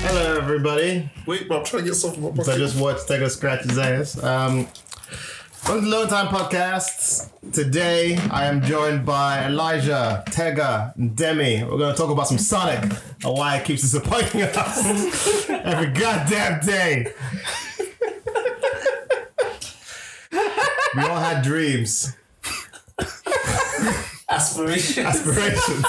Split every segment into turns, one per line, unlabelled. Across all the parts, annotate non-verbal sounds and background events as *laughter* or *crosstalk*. Hello, everybody.
Wait, bro, I'm trying to get something from my
So I
pocket.
just watched Tego scratch his ass. Um, welcome to Lone Time Podcast. Today, I am joined by Elijah, Tega, and Demi. We're going to talk about some Sonic and why it keeps disappointing us *laughs* every goddamn day. we all had dreams,
*laughs*
aspiration.
aspirations.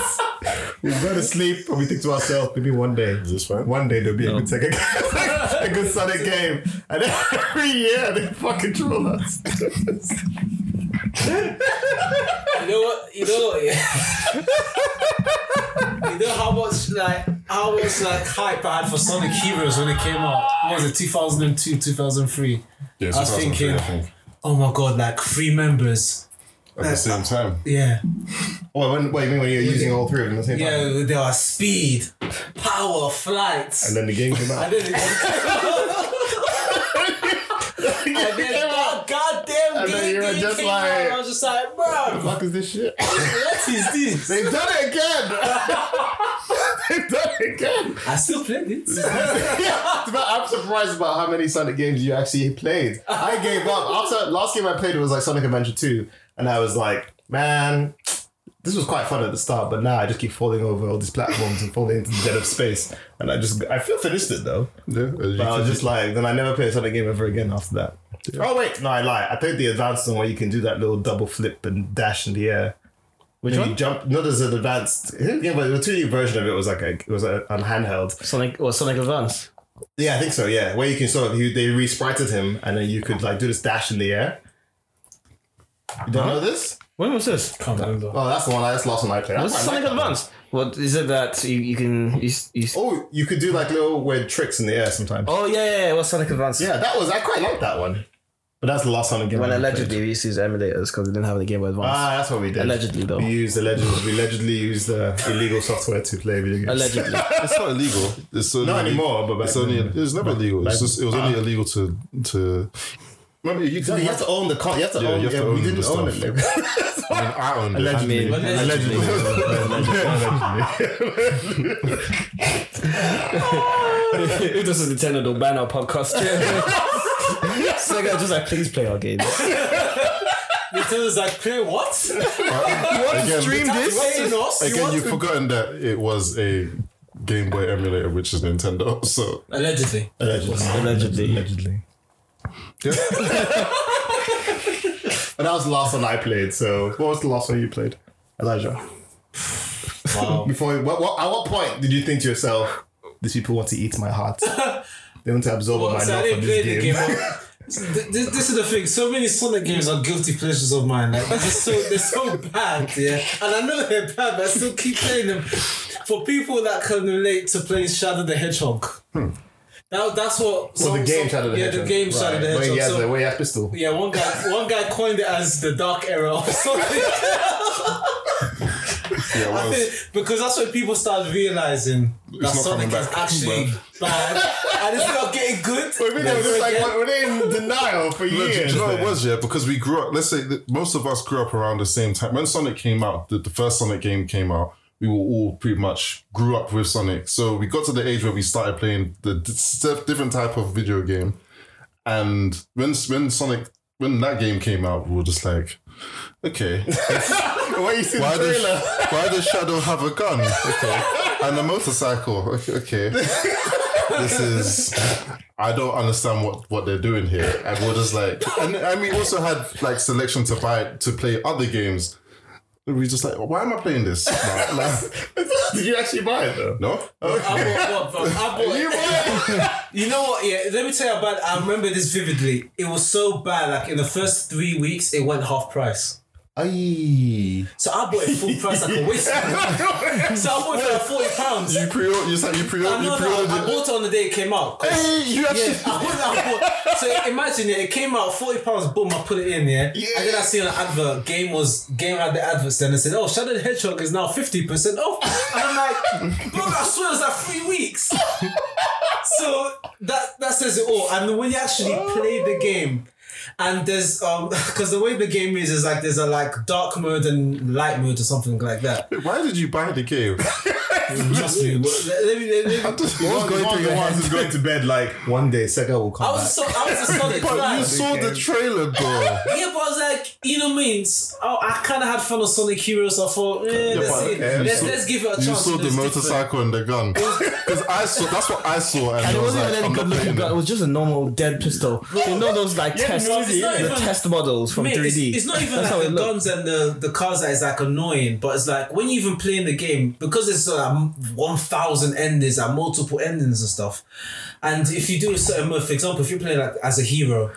We go to sleep and we think to ourselves, maybe one day.
Is this right?
One day there'll be a good second, *laughs* a good Sonic game, and every year they fucking troll
*laughs*
us.
You know what? You know what? Yeah. you know how much like how much like hype I had for Sonic Heroes when it came out. What was it 2002, 2003?
Yeah,
I was
2003,
thinking-
think.
Oh my god! Like three members.
At the same time.
Yeah.
Well, when, what you mean when you're using all three of them at the same time?
Yeah. There are speed, power, flight.
And then the game
*laughs*
came out. *laughs*
And then, and then
*laughs*
that goddamn
And then you
game,
were
thing
just
came
like-
out, I was just like,
The
bro,
fuck is this shit? *laughs*
what is this?
They've done it again. *laughs* They've done it again.
I still played it.
Yeah, it's about- *laughs* I'm surprised about how many Sonic games you actually played. I gave up after last game I played was like Sonic Adventure Two, and I was like, man, this was quite fun at the start, but now I just keep falling over all these platforms and falling into the dead of space, and I just I feel finished it though.
Yeah, as you
But I
can-
was just like, then I never played a Sonic game ever again after that. Oh wait, no, I lie. I played the advanced one where you can do that little double flip and dash in the air. Which
one?
you jump? No, there's an advanced. Yeah, but the 2D version of it was like a, it was a, on handheld.
Sonic or Sonic Advance.
Yeah, I think so. Yeah, where you can sort of you, they resprited him, and then you could like do this dash in the air. You don't know this?
When was this?
Can't remember.
Oh, that's the one. That's the last one I played. I
Was
quite
this Sonic
like that one.
Advance? What is it that you, you can you, s- you s-
Oh, you could do like little weird tricks in the air sometimes.
Oh yeah, yeah, yeah, it was Sonic Advance.
Yeah, that was I quite liked that one, but that's the last one again.
When allegedly we used to use emulators because we didn't have the Game Boy Advance.
Ah, that's what we did.
Allegedly, though.
we used allegedly. We allegedly used uh, illegal software to play video games.
allegedly.
it's not illegal. It's only,
*laughs* Not anymore, but back
It's only.
then.
It was never illegal. It's just, it was only illegal to to. Remember, you
No,
didn't
uh, you
have
have to own the con- you have to
Yeah,
own.
you have
yeah,
to
we
own
didn't
the
own
stuff.
it. like-
*laughs* I mean, I owned it.
allegedly,
mean, *laughs*
allegedly.
if this is Nintendo, they'll ban our podcast. Sega just like, please play our games.
Nintendo's like, play what?
You want
Again,
to stream
Wait,
this?
in us? You
Again,
want-
you've forgotten that it was a Game Boy emulator, which is Nintendo. *laughs* So
Allegedly.
Allegedly.
Allegedly.
Allegedly.
yeah.
And that was the last one I played. So, what was the last one you played, Elijah?
Wow.
Before, what, what, at what point did you think to yourself, "These people want to eat my
*laughs*
heart. they want to absorb
Well,
my
so I
love for
didn't play
this
the
game."
game. Th- This, this is the thing. So many Sonic games are guilty pleasures of mine. Like they're so they're so bad, yeah. And I know they're bad, but I still keep playing them. For people that can relate to playing Shadow the Hedgehog, that, that's what.
*laughs* so Hmm. the game Shadow the
yeah,
Hedgehog.
the game Shadow
Right.
the
Where
Hedgehog.
he has
So-
a way
*laughs*
pistol.
yeah, one guy one guy coined it as the dark era or
*laughs*
something.
Yeah,
I
it was.
think- because that's when people started realizing that
not
Sonic
coming
is
back, *laughs*
actually bad and it's not getting good.
they were
*laughs*
just like, what- were they in denial for
No, do you-
years?
do you know what
then?
it was, yeah? Because we grew up, let's say that most of us grew up around the same time. When Sonic came out, the, the first Sonic game came out, we were all pretty much grew up with Sonic. So we got to the age where we started playing the d- s- different type of video game. And when, when Sonic, when that game came out, we were just like, okay,
Why you see the
why does,
trailer? *laughs*
why does Shadow have a gun? Okay. And a motorcycle. Okay. okay. This is. I don't understand what, what they're doing here. And we're just like. And, and we also had like selection to buy to play other games. And we just like, why am I playing this? Like, like,
Did you actually buy it though?
no? Uh,
I bought,
*laughs*
what, bro? I bought
You bought it?
*laughs* You know what? Yeah, let me tell you about. I remember this vividly. It was so bad. Like in the first three weeks, it went half price.
Aye.
So I bought it full price like a
*laughs*
waste. so I bought it for like forty pounds.
You pre you said you pre
I
you
know
pre
that. I
ordered it.
bought it on the day it came out.
Hey, you actually.
*laughs* I bought it, I bought- So imagine it. It came out forty pounds. Boom! I put it in. Yeah.
Yeah.
And then I see an advert. Game was game had the adverts. Then it said, "Oh, Shadow the Hedgehog is now fifty percent off." And I'm like, *laughs* "Bro, I swear it was like three weeks." *laughs* so that that says it all. And when you actually play the game. And there's um *laughs* because the way the game is is
*laughs*
like there's a like dark mode and light mode or something like that.
Why did you buy the game?
Trust me. Let let me, let me.
One
going
one of
through
the
your
ones who's going to bed like one day Sega will come
I
back.
was so I
*laughs*
was a solid
But you
fan.
saw the trailer, bro.
Yeah, but I was like, you know what I mean? I, I kind of had fun with Sonic Heroes. So I thought, eh, let's,
but-
see,
okay. You
let's,
saw-
let's give it a chance.
You saw
It
the
was
motorcycle and the gun. Because I saw, that's what I saw.
And
And, I
it
was
wasn't
like,
even
I'm
any
not
good looking
playing
gun. It
it.
was just a normal dead pistol. You know those like test,
no, it's
not
the
even-
test models from
Mate,
3D.
It's, it's not even
That's how
like
it
the guns
looked.
and the, the cars that is like annoying, but it's like when you even playing the game because it's like one thousand endings and multiple endings and stuff. And if you do a certain move, for example, if you're playing like as a hero.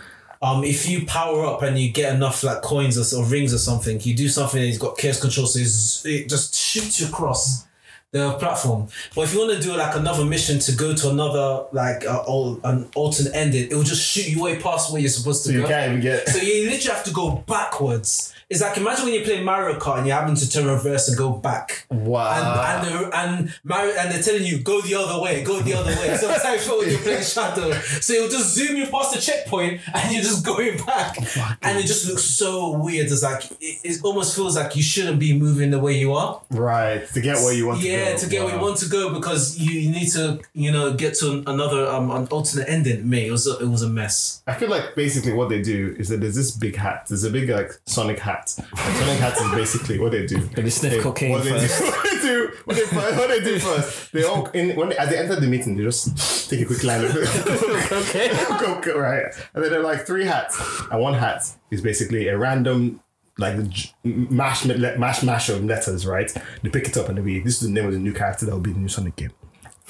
Um, if you power up and you get enough like coins or, or rings or something, you do something and he's got chaos control, so it's, it just shoots you across the platform. But if you want to do like another mission to go to another like uh, al- an alternate ending, it will just shoot you way past where you're supposed to
So
go.
you can't even get.
So you literally have to go backwards. It's like imagine when you play Mario Kart and you're having to turn reverse *laughs* and go back.
Wow.
And and, the, and Mario and they're telling you go the other way, go the other way. So that's how you feel when you're playing Shadow. So it'll just zoom you past the checkpoint and you're just going back. And it just looks so weird. It's like it, it almost feels like you shouldn't be moving the way you are.
right. To get where you want to go.
yeah, to get where you
Wow.
want to go because you need to you know get to an, another um an alternate ending. Mate, it was a, it was a mess.
I feel like basically what they do is that there's this big hat. There's a big like Sonic hat. And Sonic hat is basically what they do.
They sniff cocaine
what, they do, *laughs*
first.
what they do, what they, fi- what they do first. They all in when they, at the end of the meeting they just take a quick line of *laughs*
Okay.
coke, right? And then they're like three hats, and one hat is basically a random like j- mash le- mash mash of letters, right? They pick it up and they be this is the name of the new character that will be in the new Sonic game.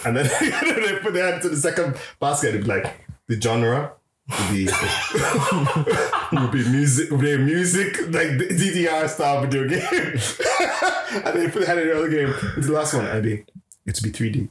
And then *laughs* they put their hand to the second basket and be like, the genre would be, *laughs* would be music, would be music, like the DDR style video game. *laughs* and then put their hand in the other game into the last one and be, it's be *laughs* 3D. and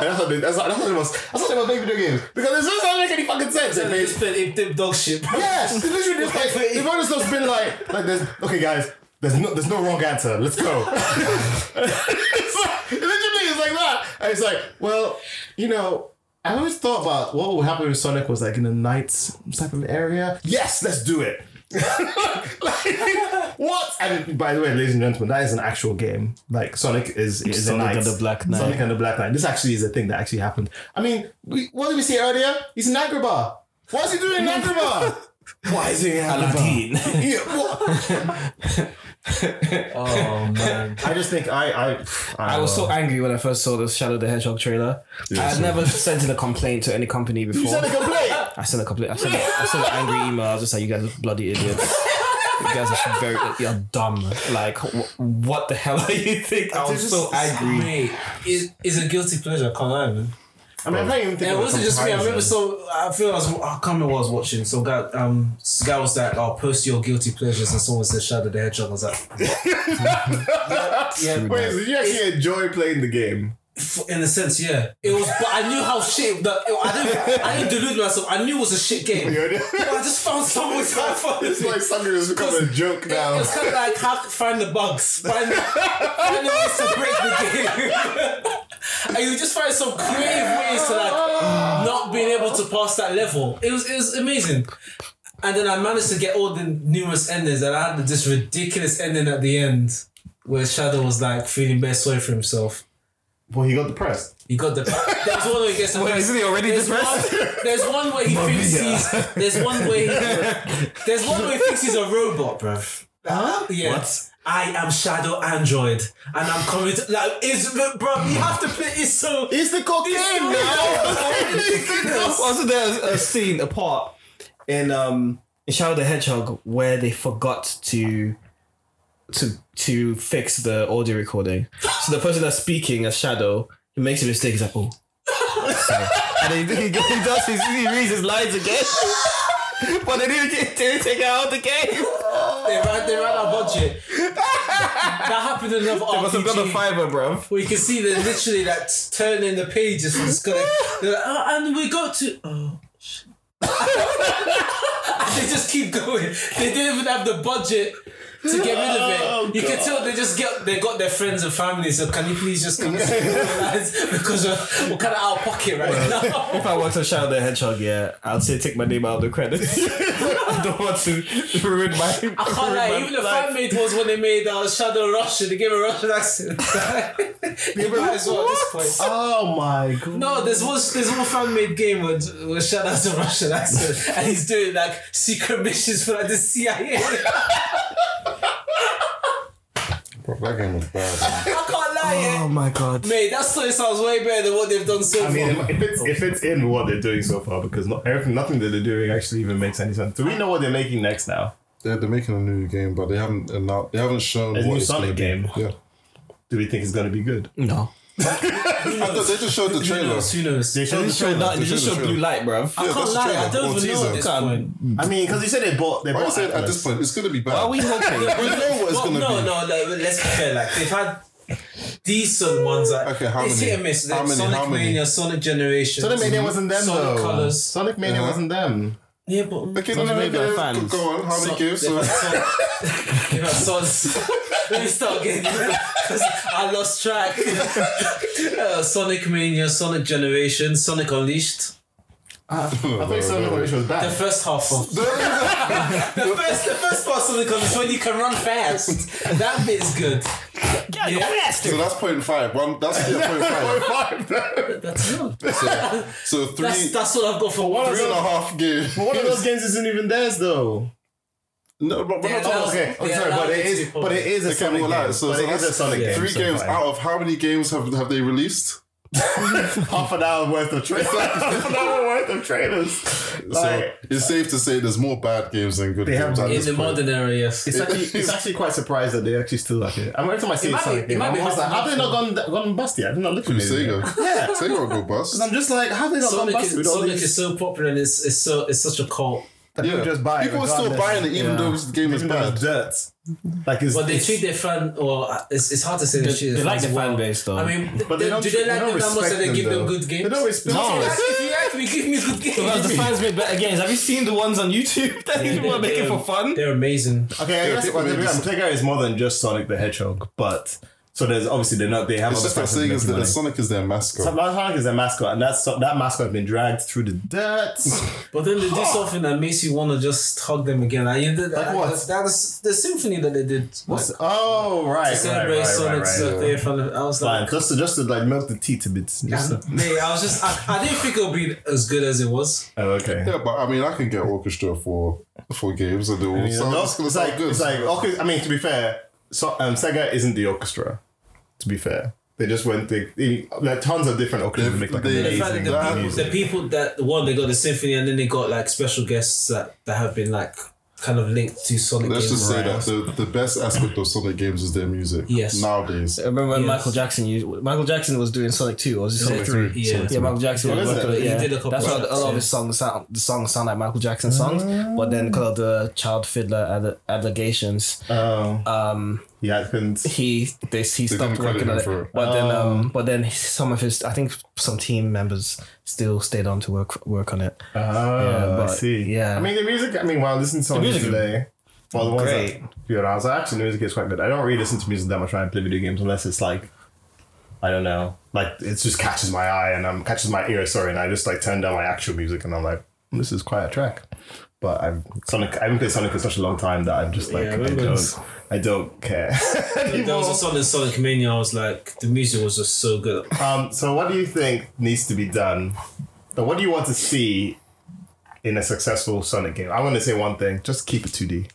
that's what they, that's, what- that's what they must, that's what they must make video games. Because it doesn't make any fucking sense. They made-
It's been it did dog shit. bro.
Yes, it's literally just like they've only just been like, like there's okay guys, there's no there's no wrong answer. Let's go. *laughs* it's like, it literally is like that. And it's like, well, you know, I always thought about what would happen if Sonic was like in a night type of area. Yes, let's do it. *laughs* like, what? And by the way, ladies and gentlemen, that is an actual game. Like Sonic is is
Sonic
a knight.
and the Black Knight.
Sonic and the Black Knight. This actually is a thing that actually happened. I mean, we, what did we see earlier? He's in Agrabah. What is he doing in
*laughs*
Agrabah? Why is he in Agrabah? Yeah, what-
*laughs* Oh man.
I just think I I I, uh,
I
don't
was
know.
so angry when I first saw the Shadow the Hedgehog trailer. I had never sent in a complaint to any company before.
You sent a complaint.
I sent a complaint. I
*laughs*
sent, a, I sent an angry email. I was just like, "You guys are bloody idiots. You guys are very you're dumb. Like, wh- what the hell are you think?" I was so angry.
Mate, it, it's a guilty pleasure, can't I, man?
I mean, I'm not even thinking.
Yeah, it
of
wasn't just me. I remember
comparison.
so I feel I was I can't remember what I was watching. So guy um this guy was like, "I'll post your guilty pleasures," and someone said, "Shadow the Hedgehog." I was like, yeah, yeah.
Wait, did you actually enjoy playing the game?
F- in a sense, yeah. It was, but I knew how shit. That it, I didn't. I didn't delude myself. I knew it was a shit game.
You know?
But I just found some
*laughs*
way to have fun.
It's
with it.
like something that's become a joke
It-
now.
It's kind of like how to find the bugs, find, find the ways to break the game, *laughs* and you just find some creative ways to like not being able to pass that level. It was it was amazing. And then I managed to get all the numerous endings, and I had this ridiculous ending at the end where Shadow was like feeling best sorry for himself.
Well, he got depressed.
He got the. There's one where he
*laughs*
gets. Wait,
isn't he already
there's
depressed?
One, there's one where he thinks he's. There's one way. There's one where he thinks he's a robot, bruv. Huh? Yeah.
What?
I am Shadow Android, and I'm coming to like. It's bruv. You have to play. It's so. *laughs* Oh
It's the cocaine now.
*laughs* Also, there's a scene, a part in um in Shadow the Hedgehog where they forgot to to to fix the audio recording. So the person that's speaking as Shadow, he makes a mistake. He's like, oh. Sorry. And he, he, he does his, he reads his lines again. *laughs* But they didn't, get- they didn't take it out of the game.
They ran. They ran our budget. that happened in another
They must have got a
RPG.
fiver, bro.
where you can see they're literally like turning the pages and just going. They're like, oh, and we got to. Oh. shit." *laughs* and they just keep going. They didn't even have the budget to get rid of it.
Oh,
you can tell they just get they got their friends and family. So can you please just come and see *laughs* because we're, we're kind of out of pocket right now.
If I want to shout the hedgehog, yeah, I'd say take my name out of the credits. *laughs* I don't want to ruin my.
*laughs* I *laughs* can't lie, even the fan made was when they made uh, Shadow Russian, they gave a Russian accent. *laughs* You might as well at this point.
Oh my god.
No, there's one there's one fan made game where, where shout out to Russian accent and he's doing like secret missions for like the *laughs* CIA.
Bro, that game was bad.
I can't lie,
Oh
yeah.
my god.
Mate, that story sounds way better than what they've done so
I mean,
far.
if it's if it's in what they're doing so far, because not everything, nothing that they're doing actually even makes any sense. Do we know what they're making next now?
They're, they're making a new game, but they haven't announced. They haven't shown
A new
it's
Sonic
gonna be. Yeah,
Do we think it's going to be good?
No.
I thought they just showed the
Who
trailer.
knows? Who knows?
They showed the trailer.
They just showed blue light, bruv.
I
Yeah,
can't
that's the
lie,
trailer.
I don't even
Or
know
teaser.
at this point.
I mean, because you said they bought. They
Why
bought
is it at
Atlas.
this point? It's gonna be bad.
Are we hoping?
We know what it's
Well,
gonna
no,
be.
no, no, but let's be fair. Like they've had decent ones. Like,
Okay, how
it's
many?
hit and miss.
How
Like,
many?
Sonic
How many?
Mania, Sonic Generation,
Sonic Mania wasn't them
Sonic
though.
Colors.
Sonic Mania
Yeah.
wasn't them.
yeah, but
Okay, no,
Sounds
no, no,
made by
no, no.
fans.
Go on. How many games?
They've
So, *laughs*
had Sonic. they've had *laughs* Sonic. Let me start again *laughs* because I lost track. *laughs* uh, Sonic Mania, Sonic Generation, Sonic Unleashed.
I
*laughs*
think Sonic Mania was
*laughs* The
bad.
first half of the first, the first part of Sonic Unleashed when you can run fast. That bit's good. Yeah,
so that's point five. One. That's yeah, point five. *laughs*
that's good.
So three,
That's that's what I've got for one.
three and a half games.
But one
*laughs*
of those games isn't even theirs though.
No, but we're
Yeah,
not
no.
talking.
Oh, okay, I'm
Yeah,
sorry, but
that
it
is
is,
people.
but it is a
Okay,
Sonic
well,
game.
alright, so-
but
so
it is a
that's-
Sonic game.
Three
so
games
fine.
out of how many games have have they released?
half an hour worth of *laughs* trailers. half an hour worth of trailers.
So
Like, uh,
it's safe to say there's more bad games than good
They have
games. at
done-
In
this
the
point.
modern era, yes.
It's actually, it's actually quite surprised that they actually still like it. I mean, every time I see
It
it,
might be-
Sonic
it
game,
might
I'm
be
always like,
half
have they not gone gone bust yet? Have they not looked at
From
it? yet?
Sega.
Yeah.
Sega will go bust.
I'm just like, how they not gone
Sonic,
bust with
is,
all
Sonic
these?
is so popular and it's, it's so it's such a cult.
that people just buy it
People are still
regardless.
buying it even
Yeah.
though this game is
Even though
bad.
it's dirt. Like it's,
But they
it's-
treat their fan well. uh, It's, it's hard to say they, treat
they
their
like
fans
the fan
well.
base, though.
I mean, th-
but
they, do they like
don't
them that much
respect
that they
them,
give them
though.
good games?
They don't respect
No.
them.
Like, if you act, we give me good
Because the
games.
fans make better games. Have you seen the ones on YouTube that
Yeah,
people are
they're-
making for fun?
They're amazing.
Okay, I
Yeah,
guess
people
well,
made
yeah,
this-
Playground is more than just Sonic the Hedgehog, but so there's obviously they're not they have
It's
other
just that
stuff to
Sega's
make
that
money.
Sonic is their mascot.
Sonic Sonic is their mascot, and that's that mascot has been dragged through the dirt.
*laughs*
But then they do something that makes you want to just hug them again. I, you did- I-
what?
That's, that's the symphony that they did.
What's
like,
oh right,
to
right,
celebrate
right, right,
Sonic's uh,
right.
birthday. Right, I was like,
Fine, just to just to like milk the teat a bit. Just
*laughs*
to-
mate, I was just, I, I didn't think it would be as good as it was.
oh, okay.
Yeah, but I mean, I can get orchestra for for games and they all
You
sound
know,
it's gonna
it's
sound
like
good.
it's like okay, I mean to be fair, so, um, Sega isn't the orchestra. To be fair, they just went they, they there are tons of different orchestras that
They-
make like
they-
The fact
amazing
that the people,
music.
the people that one they got the symphony and then they got like special guests that, that have been like kind of linked to Sonic
Let's
games.
just say that the, the best aspect of Sonic games is their music.
Yes.
Nowadays.
I remember when
Yes.
Michael Jackson used Michael Jackson was doing Sonic Two or was it Sonic Three?
Yeah.
Yeah, Michael Jackson.
Yeah,
was
was
working
it?
on-
He
yeah.
did a couple
That's why a lot
tracks,
of his
yeah.
songs sound the songs sound like Michael Jackson songs, but then because of the child fiddler alle- allegations,
Oh,
um,
yeah, it couldn't.
he they, he
didn't
stopped
credit
working
him
on it.
for it.
But then um, but then some of his I think some team members still stayed on to work work on it.
Oh, I
but-
see.
yeah.
I mean, the music, I mean, while I listen to songs
music is
today, well, the ones
great.
that, you know, I was like, actually, the music is quite good. I don't really listen to music that much when I play video games unless it's like, I don't know, like it just catches my eye and um, catches my ear, sorry, and I just like turn down my actual music and I'm like, this is quite a track. But I've Sonic, I haven't played Sonic in such a long time that I'm just like,
Yeah, I
I,
remember
don't,
this.
I don't care. *laughs*
There was a song in Sonic Mania. I was like, the music was just so good.
Um, so what do you think needs to be done? Or what do you want to see in a successful Sonic game? I want to say one thing: just keep it 2D.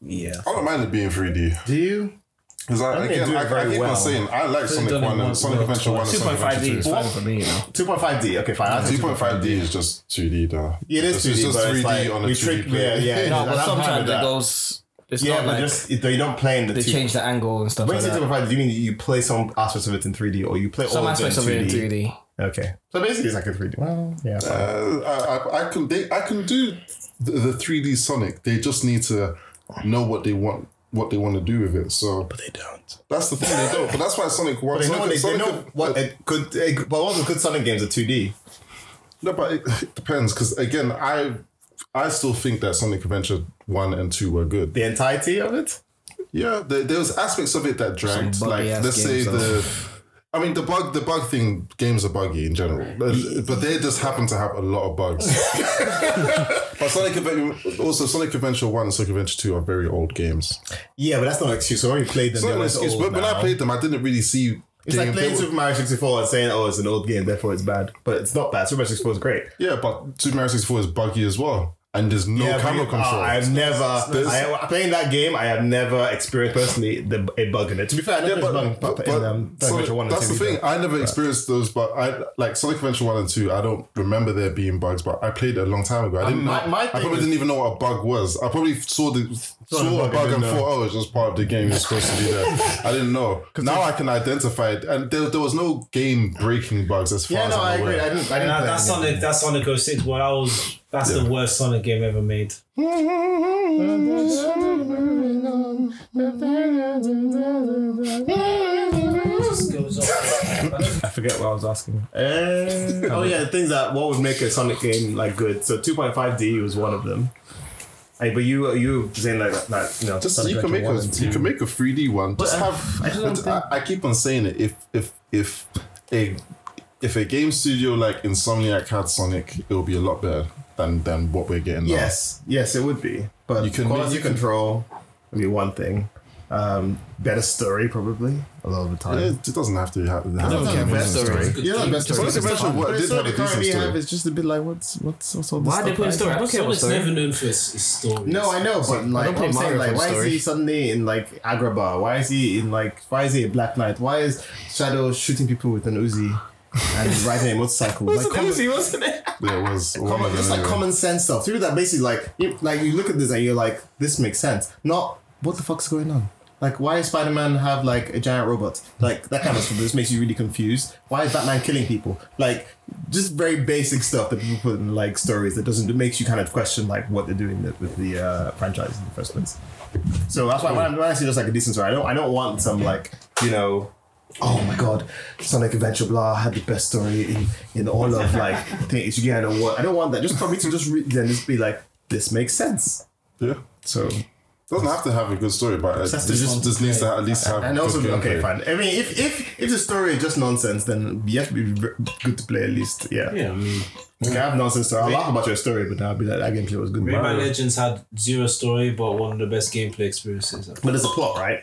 Yeah.
I don't mind it being 3D.
Do you?
Because I,
think they
again,
do it
I, I
very
keep
well.
on saying I like Sonic
done it
1 and
once,
Sonic
well,
Adventure 1 and
twice.
Sonic Adventure 2.
2.5D is fine for me, you know.
2.5D. Okay, fine.
Uh,
I'll say
2.5D is just 2D though.
It is 2D,
It's just
but it's
3D
like,
on a
we
2D
trick-
player.
yeah, yeah.
No,
I'm
but
fine with
sometimes it
that.
goes. It's
Yeah,
not
but
like
just you don't play in the.
they
two-
change the angle and stuff
When
like
you say
that.
2.5D, do you mean you play some aspects of it in 3D, or you play
Some
all
aspects
of
of it in
in 3D?
3D.
Okay, so basically it's like a 3D. Well, yeah. fine.
*laughs* Uh, I, I, I can they, I can do the, the 3D Sonic. They just need to know what they want what they want to do with it. So
they don't.
that's the thing they don't. But that's why Sonic One.
They know,
Sonic,
what they, they
Sonic,
know what it could. It, could- but also, good Sonic games are 2D.
No, but it, it *laughs* depends because again, I I still think that Sonic Adventure One and Two were good.
The entirety of it.
Yeah, there, there was aspects of it that dragged.
Some
Like
buggy-ass
let's say
games,
the. I mean the bug, the bug thing. Games are buggy in general, but they just happen to have a lot of bugs. but Sonic Adventure, also Sonic Adventure One and Sonic Adventure Two are very old games.
Yeah, but that's not an excuse. I already played them.
It's not
They're oh,
an
always
excuse,
old
but when I
now.
played them, I didn't really see
It's
game,
like playing
they-
Super Mario 64 and saying, oh, it's an old game, therefore it's bad. But it's not bad. Super Mario 64 is great.
Yeah, but Super Mario 64 is buggy as well. And there's no
Yeah,
Oh, camera
but-
control.
uh, I've never
There's-
I, playing that game. I have never experienced personally the, a bug in it. To be fair, I never
Yeah, but,
bug, but,
but-
in, um,
so
Sonic Adventure 1 and
that's
2
the thing.
either.
I never experienced those, but I like Sonic Adventure One and Two. I don't remember there being bugs, but I played it a long time ago. I didn't.
my-
know,
my
I
thing
probably
is-
didn't even know what a bug was. I probably saw the saw,
the
a
bug
bug
and
and
didn't
thought, oh, it's just part of the game. It's supposed to be
*laughs*
there. I didn't know. Now I can identify it, and there, there was no game breaking bugs as far
Yeah,
as
no, I
I'm
agree. I
aware.
didn't. I didn't
Nah,
play
that's
that game.
Sonic. That's Sonic 06. Well, that was that's the worst Sonic game ever made.
I forget what I was asking.
Uh,
Eh.
oh yeah, the things that what would make a Sonic game like good. So 2.5D was one of them. Hey, but you you were saying like that you know
Just
Sonic
you can make
Adventure 1
a
and 2.
you can make a 3D one. Just
I-
have.
I don't
but I, I keep on saying it. If if if a if a game studio like Insomniac had Sonic, it would be a lot better than than what we're getting now.
Yes, yes, it would be. But
You can
quality
make- you can-
control would be one thing. Um, better story probably a lot of the time.
It, it doesn't have to have. have
It's not
have
the
a
best
story.
story. Yeah, not the best
Sonic
story.
Adventure
But
what
it's
did
not
have a
the current
decent
we
story.
have is just a bit like what's what's what's all this
Why are they
stuff
putting
like?
story? I don't care what
Sonic's
story.
never known for his, his stories.
No, I know, but like
play
I'm saying,
Mario
like
for
why is
story.
he suddenly in like Agrabah? Why is he in like why is he a Black Knight? Why is Shadow shooting people with an Uzi and riding a motorcycle? like, common-
wasn't it?
There was one
common,
of
just
them.
like
anyway.
common sense stuff. People that basically like you, like you look at this and you're like, this makes sense. Not what the fuck's going on. Like why is Spider Man have like a giant robot? Like that kind of stuff. This makes you really confused. Why is Batman killing people? Like just very basic stuff that people put in like stories that doesn't it makes you kind of question like what they're doing that- with the uh, franchise in the first place. So that's why when I, when I see just like a decent story, I don't I don't want some like you know oh my god, Sonic Adventure blah had the best story in, in all of like things. You get I don't want I don't want that. Just for me to just read then just be like, this makes sense.
Yeah.
So
Doesn't have to have a good story, but it
That's
just,
the
just,
fun
needs to
play.
at least have.
and also
good
okay,
gameplay.
fine. I mean, if if if the story is just nonsense, then you have to be v- good to play at least. Yeah.
Yeah, I mean,
Like I have nonsense story. I'll laugh about your story, but then I'll be like that gameplay was good.
Rayman
But
Legends had zero story, but one of the best gameplay experiences.
there's a plot, right?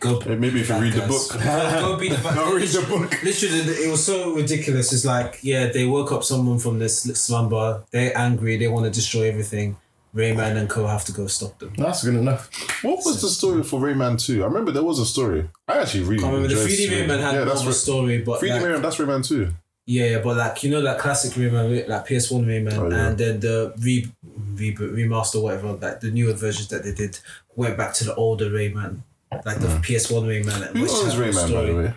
Go
Eh, Maybe if you read the
Guys.
book.
*laughs* Go
*laughs*
be the bad
Go read the book.
Literally, it was so ridiculous. It's like, yeah, they woke up someone from this slumber. They're angry. They want to destroy everything. Rayman and Co have to go stop them.
That's good enough.
What was the story for Rayman 2? I remember there was a story. I actually really
I remember the
enjoyed
3D Rayman had more of a
Ra-
story, but
3D
like,
Rayman, that's Rayman 2.
yeah, yeah, but like you know that classic Rayman, like PS1 Rayman,
Oh, yeah.
and then the re- reboot, remaster, whatever, like the newer versions that they did went back to the older Rayman, like the PS1 Rayman.
Who
which had
owns
more
Rayman, by
story.
the way?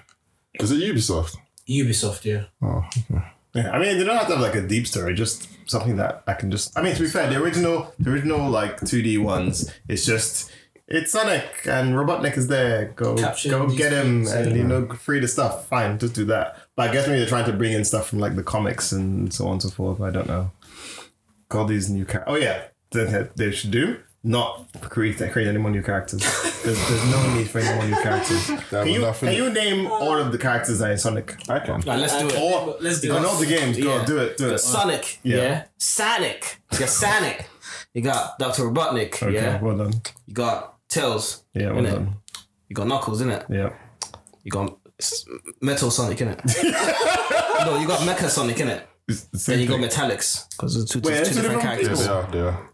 Is it Ubisoft?
Ubisoft, yeah.
Oh, okay.
Yeah, I mean, they don't have to have like a deep story, just something that I can just. I mean, to be fair, the original, the original like two D ones, it's just it's Sonic and Robotnik is there. Go,
Capture
go
these
get him,
kids
and you know, free the stuff. Fine, just do that. But I guess maybe they're trying to bring in stuff from like the comics and so on and so forth. I don't know. Call these new characters. Oh yeah, Then they should do. Not create create any more new
*laughs*
characters. There's, there's no need for any more new characters. Can
were
you,
nothing.
can you name all of the characters that are in Sonic?
I can.
let's do it.
Or
Let's do
you know the
it.
games. Go
Yeah.
do it. Do it.
Sonic, oh, yeah. Sonic. You got Sonic. You got Dr. Robotnik,
Okay,
yeah.
well done.
You got Tails,
Yeah, well
Innit?
done.
you got Knuckles, innit?
Yeah.
You got S- Metal Sonic, *laughs* innit? no, you got Mecha Sonic, innit? Then you got Metallics, because it's two,
Wait,
two
it's two
different
different-
Yeah,
characters.
they are, they are.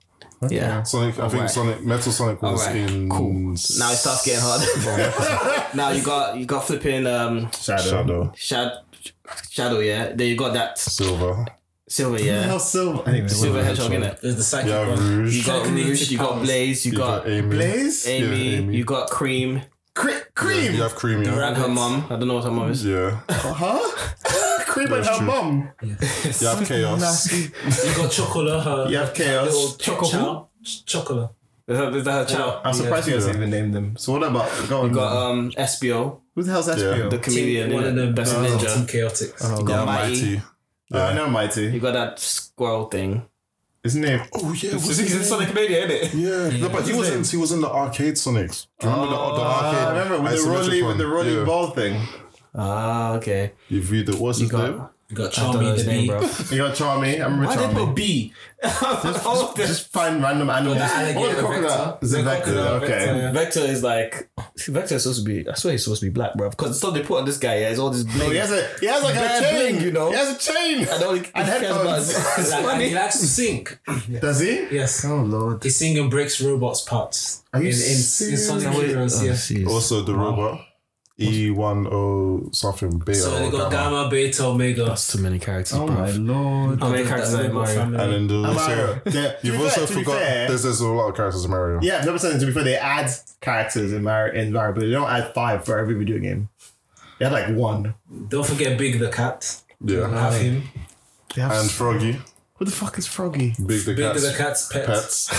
Yeah.
Sonic, I think
Alright.
Sonic, Metal Sonic was
Alright,
in.
cool. Now it starts getting hard. now you got you got flipping um
Shadow.
Shadow,
shad, shadow, yeah. Then you got that
Silver,
silver,
The
yeah.
hell, Silver. Anyway,
Silver
whatever.
hedgehog, innit?
There's the psychic
you have
one.
Rouge,
You got
Telekinetic
Rouge, you got
powers.
Blaze, you
you
got
Amy,
Blaze.
Amy,
Yeah, Amy.
you got Cream
Cre- cream.
you have Cream, yeah.
and her mum. I don't know what her mum is.
Yeah,
Huh? *laughs* cream and
That's
her
true.
mum.
you have Chaos.
You got
*laughs*
Chocola, her
You have chaos.
Choco who?
child. Ch- Chocola.
Is that, is that her child?
I'm surprised you guys even named them. So what about go on?
You got um SBO,
Who the hell's
Yeah.
SPO?
the comedian,
Team- one of
innit?
them
best
uh, Team
ninja.
Chaotix.
Oh,
You
God.
got Mighty.
Mighty.
Yeah, I know
You
Mighty.
got that squirrel thing.
Isn't it?
Oh yeah, what's his name?
comedian, innit?
Yeah, No, but he was in he was in the arcade Sonics. Do you remember the, the arcade?
I remember with the
isometric
rolling
one?
with the rolling
yeah.
ball thing.
Ah, okay.
You read the what's
You
his name?
got.
You got
I don't know
Charmy
his
the
name,
Bee.
bro.
You got Charmy. I remember
Why did they
Charmy.
put *laughs* B? All of
Just find random animals.
that alligator
Oh, the crocodile.
vector.
Is it
The
vector?
crocodile
Okay.
vector,
Vector is like Vector is supposed to be. I swear he's supposed to be black, bro. Because the stuff they put on this guy, yeah, is all this bling.
He has a he has like
Bad
a chain,
bling, you know?
He has a chain.
*laughs* and all he
and
he cares about *laughs* is-
headphones.
it's
Like, and he
funny.
likes to sing.
Does he?
Yes.
Oh lord.
He's singing breaks robots parts.
Are you
in, in, in
serious?
Sonic
Oh,
Heroes, yeah.
jeez.
Also, the robot E10 something beta.
So they
or
got
gamma.
Gamma, Beta, Omega.
That's too many characters,
Oh
bro.
my lord.
How many characters are in
Robot
Mario?
family.
And then the, also,
Mario. Yeah, to be
you've
fair-
also
to be
forgot
fair-
there's, there's a lot of characters in Mario.
Yeah, number seven. To be fair, they add characters in Mario, in Mario, but they don't add five for every video game. They had like one.
Don't forget Big the Cat.
Yeah.
Have him.
They have
And Froggy,
who the fuck is Froggy?
Big the
Big
Cat's
the Cat's pet. *laughs*
pets.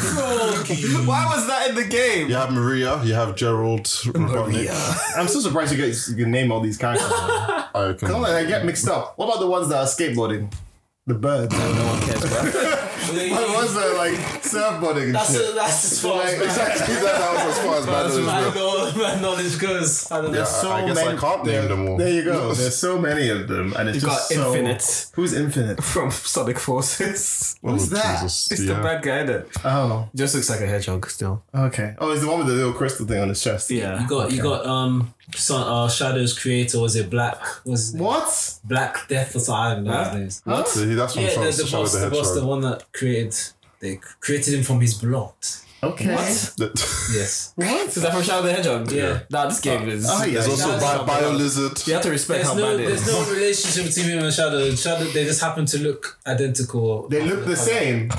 Why was that in the game?
You have Maria, you have Gerald, Robotnik.
I'm so surprised you guys you can name all these characters. Because
I
I'm
can, *laughs*
like, I get mixed up. What about the ones that are skateboarding? The birds. What
No one cares, bro.
about the ones that are like surfboarding and
That's,
shit?
that's as far
Like,
as my-
exactly.
that, that was as far as bad as
my,
well.
know- my knowledge goes. I don't know.
Yeah, I guess I can't name them all. Oh,
There you
*laughs*
go. There's so many of them, and it's
You got
just so-
Infinite
Who's infinite?
from Sonic Forces. *laughs*
Who's
that?
It's the bad guy that
Oh,
just looks like a hedgehog still.
okay. Oh, it's the one with the little crystal thing on his chest.
Yeah.
You got you got um son, uh, Shadow's creator was it Black was his name?
What?
Black Death or something I don't know
Huh?
his name. is.
What?
So he- that's from
Yeah,
Shadow
the, the,
the,
boss, the
Hedgehog.
boss, the one that created they created him from his blood.
Okay.
What?
The-
Yes.
What?
Is that from Shadow the Hedgehog?
Yeah.
Nah, this game is.
oh, yeah.
*laughs* There's also
that's
Bi-
not bad.
Biolizard.
You have to respect
There's
how
no
bad it
there's
is.
no relationship between him and Shadow. Shadow they just happen to look identical.
They look the same.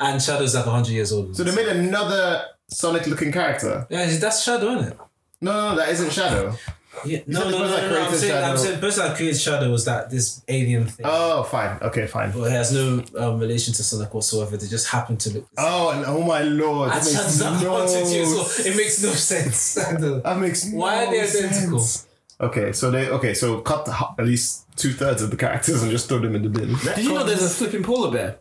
And Shadow's like hundred years old.
So they made another Sonic looking character.
yeah, that's Shadow, isn't it?
No, no, no, that isn't Shadow.
Yeah.
said
No,
the
no, no,
person that
no, no, I'm
created
saying I'm
Shadow-
saying the person that created Shadow was that this alien thing.
Oh, fine. Okay, fine.
But it has no um, relation to Sonic whatsoever. They just happen to look. the same.
Oh, and oh my lord. That
That's
makes
just not wanted you as
no
well. It makes no *laughs* sense. I don't know.
That makes no
Why are they identical?
sense. Okay, so they okay, so cut the, h- at least two thirds of the characters and just throw them in the bin.
Did you know there's a flipping polar bear?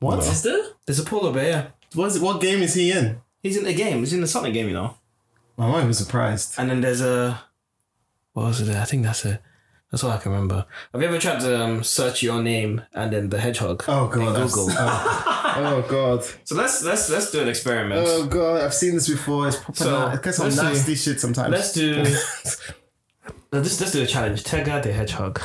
what?
Is there?
There's a polar bear, yeah.
What, is, what game is he in?
He's in the game. He's in the Sonic game, you know.
My mind was surprised.
And then there's a. What was it? I think that's it. That's all I can remember. Have you ever tried to um, search your name and then the hedgehog?
Oh god.
In
that's-
Google.
*laughs* Oh, oh god.
So let's let's let's do an experiment.
Oh god. I've seen this before. It's proper.
So,
na- it gets some
let's see.
nasty shit sometimes.
let's do. let's let's do a challenge. Tega the hedgehog.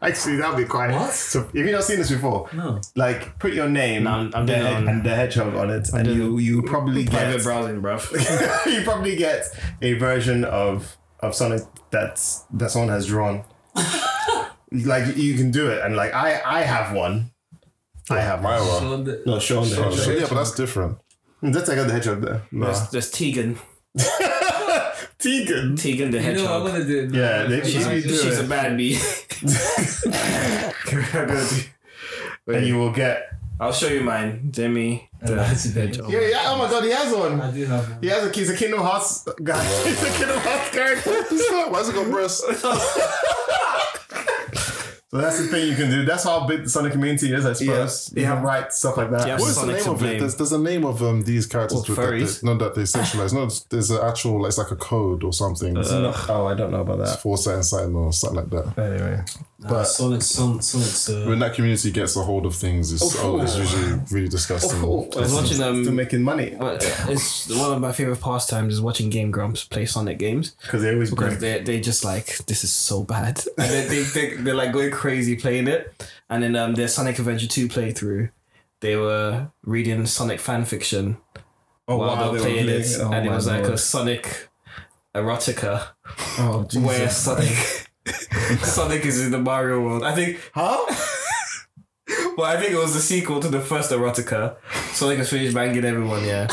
Actually, that'd be quite.
What?
So, have you not seen this before?
No.
Like, put your name
No, I'm- I'm
the
doing it
head-
on-
and the hedgehog on it, and you you probably get
Private browsing,
*laughs*
bruv.
you probably get a version of of Sonic that's that someone has
*laughs*
drawn. like you can do it, and like I I have one. I have one.
Myra.
Shaun the-
No, Sean the
Oh, so
hedgehog.
yeah, but that's different.
That's I got the hedgehog there.
Nah.
There's, there's Tegan.
Tegan.
Tegan the
You know, I'm
hedgehog.
gonna do it.
Yeah, they
She's-
should be doing
She's
it.
a bad bee.
and you will get.
*laughs* I'll show you mine. Demi. The hedgehog.
Yeah, yeah. Oh my god, he has one.
I do have one.
He has a. He's a Kingdom Hearts guy. *laughs* he's a Kingdom Hearts character.
Why has it
*laughs*
got breasts?
So that's the thing you can do. That's how big the Sonic community is, I suppose.
Yeah.
You have rights, stuff like that.
Yeah.
What is the
Sonic's
name of
name.
it? There's, there's a name of um, these
Or
characters with that
furries.
they, no, that they sexualize. No, there's an actual, like, it's like a code or something.
oh, I don't know about that.
for certain sign or something like that.
Anyway,
Nah, Sonic, Son- Sonic's. Uh,
When that community gets a hold of things, it's, oh, it's usually really disgusting.
I was watching
still
um.
making money
what- It's one of my favorite pastimes is watching Game Grumps play Sonic games.
because they always
because
break. *laughs*
they they just like this is so bad, *laughs* and then they, they they're like going crazy playing it, and then um their Sonic Adventure two playthrough, they were reading Sonic fan fiction
Oh, wow,
while they
they
were
were
playing it,
playing- oh
and it
my
was like a
lord.
Sonic erotica
Oh, Jesus. *laughs*
where Sonic Sonic is in the Mario world. I think
*laughs* Huh?
well, I think it was the sequel to the first erotica. Sonic has finished banging everyone, yeah.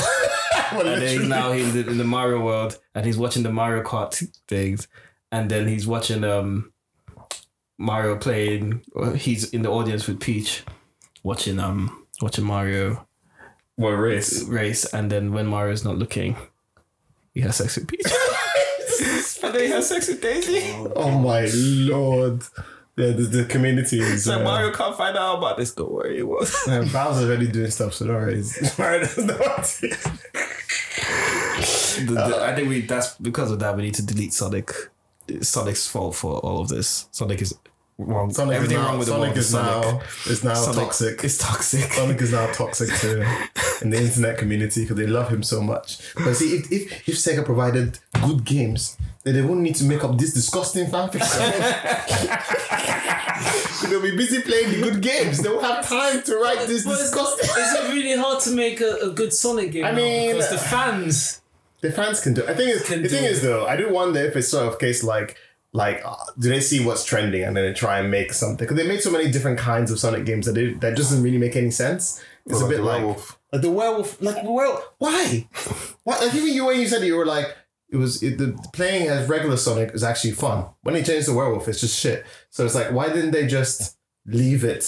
Well,
*laughs* and then he's
literally.
now he's in the, in the Mario world and he's watching the Mario Kart things, and then he's watching um Mario playing. uh, He's in the audience with Peach, watching um watching Mario
What race?
race, and then when Mario's not looking, he has sex with Peach. *laughs* But then he has sex with Daisy.
Oh my lord. Yeah, the, the community is.
So
uh,
Mario can't find out about this. Don't worry, it *laughs* was.
uh, Bowser's already doing stuff, so don't worry.
*laughs*
It's- Mario doesn't know what to do.
The- the- I think we that's because of that we need to delete Sonic. It's Sonic's fault for all of this. Sonic is wrong.
Sonic
everything
is now,
wrong with
Sonic
the world
is now is now toxic.
It's toxic.
Sonic is now toxic to in the internet community because they love him so much. But see, if, if if Sega provided good games, then they wouldn't need to make up this disgusting fanfiction. *laughs* They'll be busy playing the good games. They won't have time to write this
But is,
disgusting.
is it really hard to make a, a good Sonic game?
I
now?
mean-
because the fans.
*laughs* The fans can do. I think it's,
Can
the
do
thing
it.
is though. I do wonder if it's sort of case like like uh, do they see what's trending and then they try and make something? Because they made so many different kinds of Sonic games that they, that doesn't really make any sense. It's a
Like
bit
the
like
werewolf.
like the werewolf. Like well, why? Why? Like even you when you said it, you were like. It was it, the playing as regular Sonic is actually fun. When they changed the werewolf, it's just shit. So it's like, why didn't they just leave it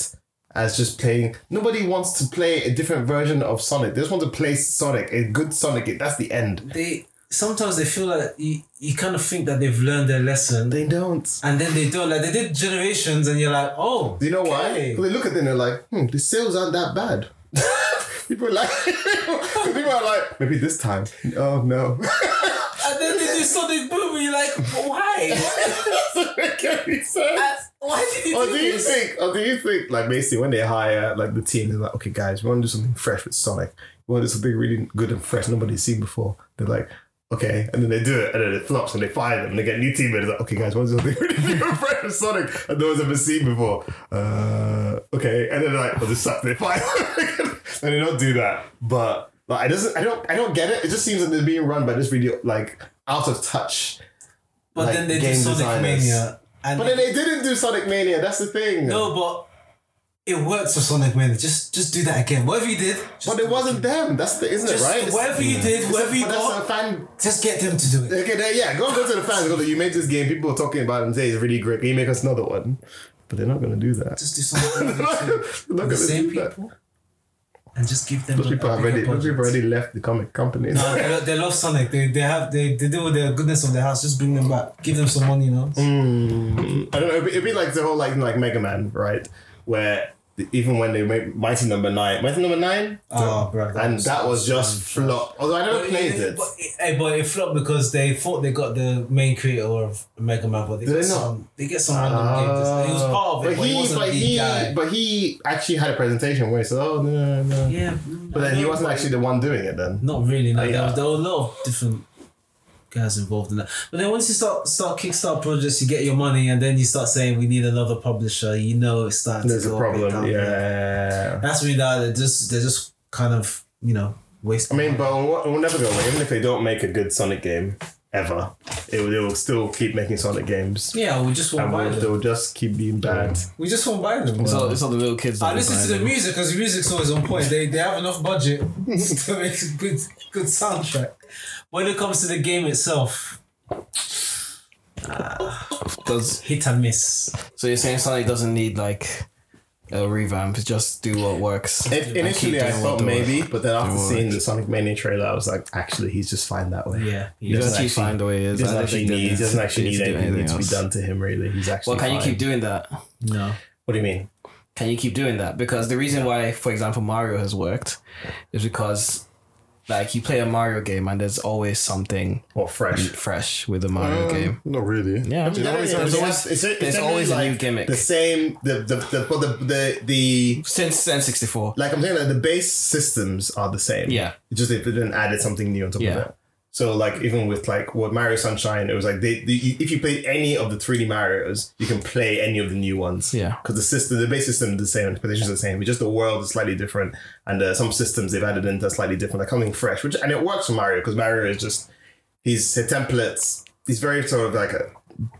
as just playing? Nobody wants to play a different version of Sonic. They just want to play Sonic, a good Sonic. That's the end.
They sometimes they feel like you, you kind of think that they've learned their lesson,
They don't.
and then they don't. Like they did generations, and you're like, oh,
Do you know why?
Okay.
'Cause They look at it and they're like, hmm, the sales aren't that bad. *laughs* people are like, *laughs* people are like, maybe this time. Oh no. *laughs*
and then they do Sonic Boom, and you're like, why?
*laughs* That can't be said.
why did you
Or
do
do you
this?
think, or do you think, like basically when they hire like the team, they're like, okay, guys, we want to do something fresh with Sonic. We want to do something really good and fresh nobody's seen before. They're like, okay, and then they do it, and then it flops, and they fire them, and they get new team, and it's like, okay, guys, we want to do something *laughs* really new and fresh with Sonic, and no one's ever seen before. Uh, okay, and then they're like, oh, this sucks. They fire, them. *laughs* and they don't do that, but. Like, I doesn't. I don't. I don't get it. It just seems like they're being run by this video, like out of touch.
But
like,
then they do
game
Sonic
designers.
Mania, and
But then they didn't do Sonic Mania. That's the thing.
no, but it works for Sonic Mania. Just just do that again. Whatever you did, just,
But it wasn't them. That's the isn't
just
it right?
whatever you did, whatever you
But that's
got,
a fan.
just get them to do it.
Okay, there- yeah, go go to the fans. Go. You made this game. People are talking about it and say it's really great. Can you make us another one? But they're not going to do that.
Just do
*laughs*
Sonic
they're
Mania. *laughs*
not
too.
going
the
to
same
do that.
people and just give them.
Those
a-
people
a
have
bigger
already. Those
budget.
people already left the comic companies.
No, they, lo- they love Sonic. They, they have they, they do with the goodness of their house. Just bring them back. Give them some money, you know.
*laughs* Mm. I don't know. It'd be, it'd be like the whole like like Mega Man, right? Where the- even when they made Mighty Number Nine, Mighty Number Nine,
Oh, bro, that
and
was-
that was just flop. Although I never
But
played
it,
it.
But it, hey, but it flopped because they thought they got the main creator of Mega Man, but they,
Did
get
they not?
some. They get some random game. He was part of it, but,
But
he, wasn't
but
the
he,
guy.
but he actually had a presentation where he said, "Oh no, no, no."
yeah, mm.
But then he wasn't actually the one doing it then.
Not really. No,
Oh,
there,
yeah.
was, there were a lot of different guys involved in that. But then once you start start kickstart projects, you get your money, and then you start saying we need another publisher. You know, it's starting
There's
to
a
go up and
problem.
down.
Yeah.
that's when you know they're just they're just kind of you know
I
wasting.
mean, but we'll, we'll never go away. Even if they don't make a good Sonic game ever, it will, they will still keep making Sonic games.
yeah, we just won't
And
buy
we'll,
them.
they'll just keep being bad.
We just won't buy them.
It's not, it's not the little kids.
I listen to the music because the music's always on point. They, they have enough budget *laughs* to make a good good soundtrack. When it comes to the game itself,
Does,
hit and miss.
so you're saying Sonic doesn't need like a revamp? Just do what works.
If,
And keep
initially,
doing
I
what
thought
the work-
maybe, but then after
the work.
seeing the Sonic Mania trailer, I was like, actually, he's just fine that way.
Yeah,
He
You
doesn't
don't actually
actually-
find the way it is.
He doesn't
I don't
actually
think
need. He
there's-
doesn't actually
there's
need anything, to be
else.
done to him. Really, he's actually.
Well, can you
fine.
keep doing that?
no.
What do you mean?
Can you keep doing that? Because the reason why, for example, Mario has worked is because like you play a Mario game and there's always something
Well, fresh.
fresh with the Mario game.
uh, Not really.
Yeah.
Mm. There's always-
Yeah,
there's
yeah,
always-
it's- it's
there's
generally
always a new gimmick.
The same, the the the but the, the the
Since N64.
like I'm saying, like the base systems are the same.
Yeah.
it's just they didn't added something new on top
Yeah.
of it. So like even with like what Mario Sunshine, it was like they, the if you play any of the 3D Mario's, you can play any of the new ones.
Yeah.
because the system, the base system is the same, the positions are the same. But just the world is slightly different, and uh, some systems they've added into are slightly different, like something fresh. Which and it works for Mario because Mario is just he's his templates. He's very sort of like a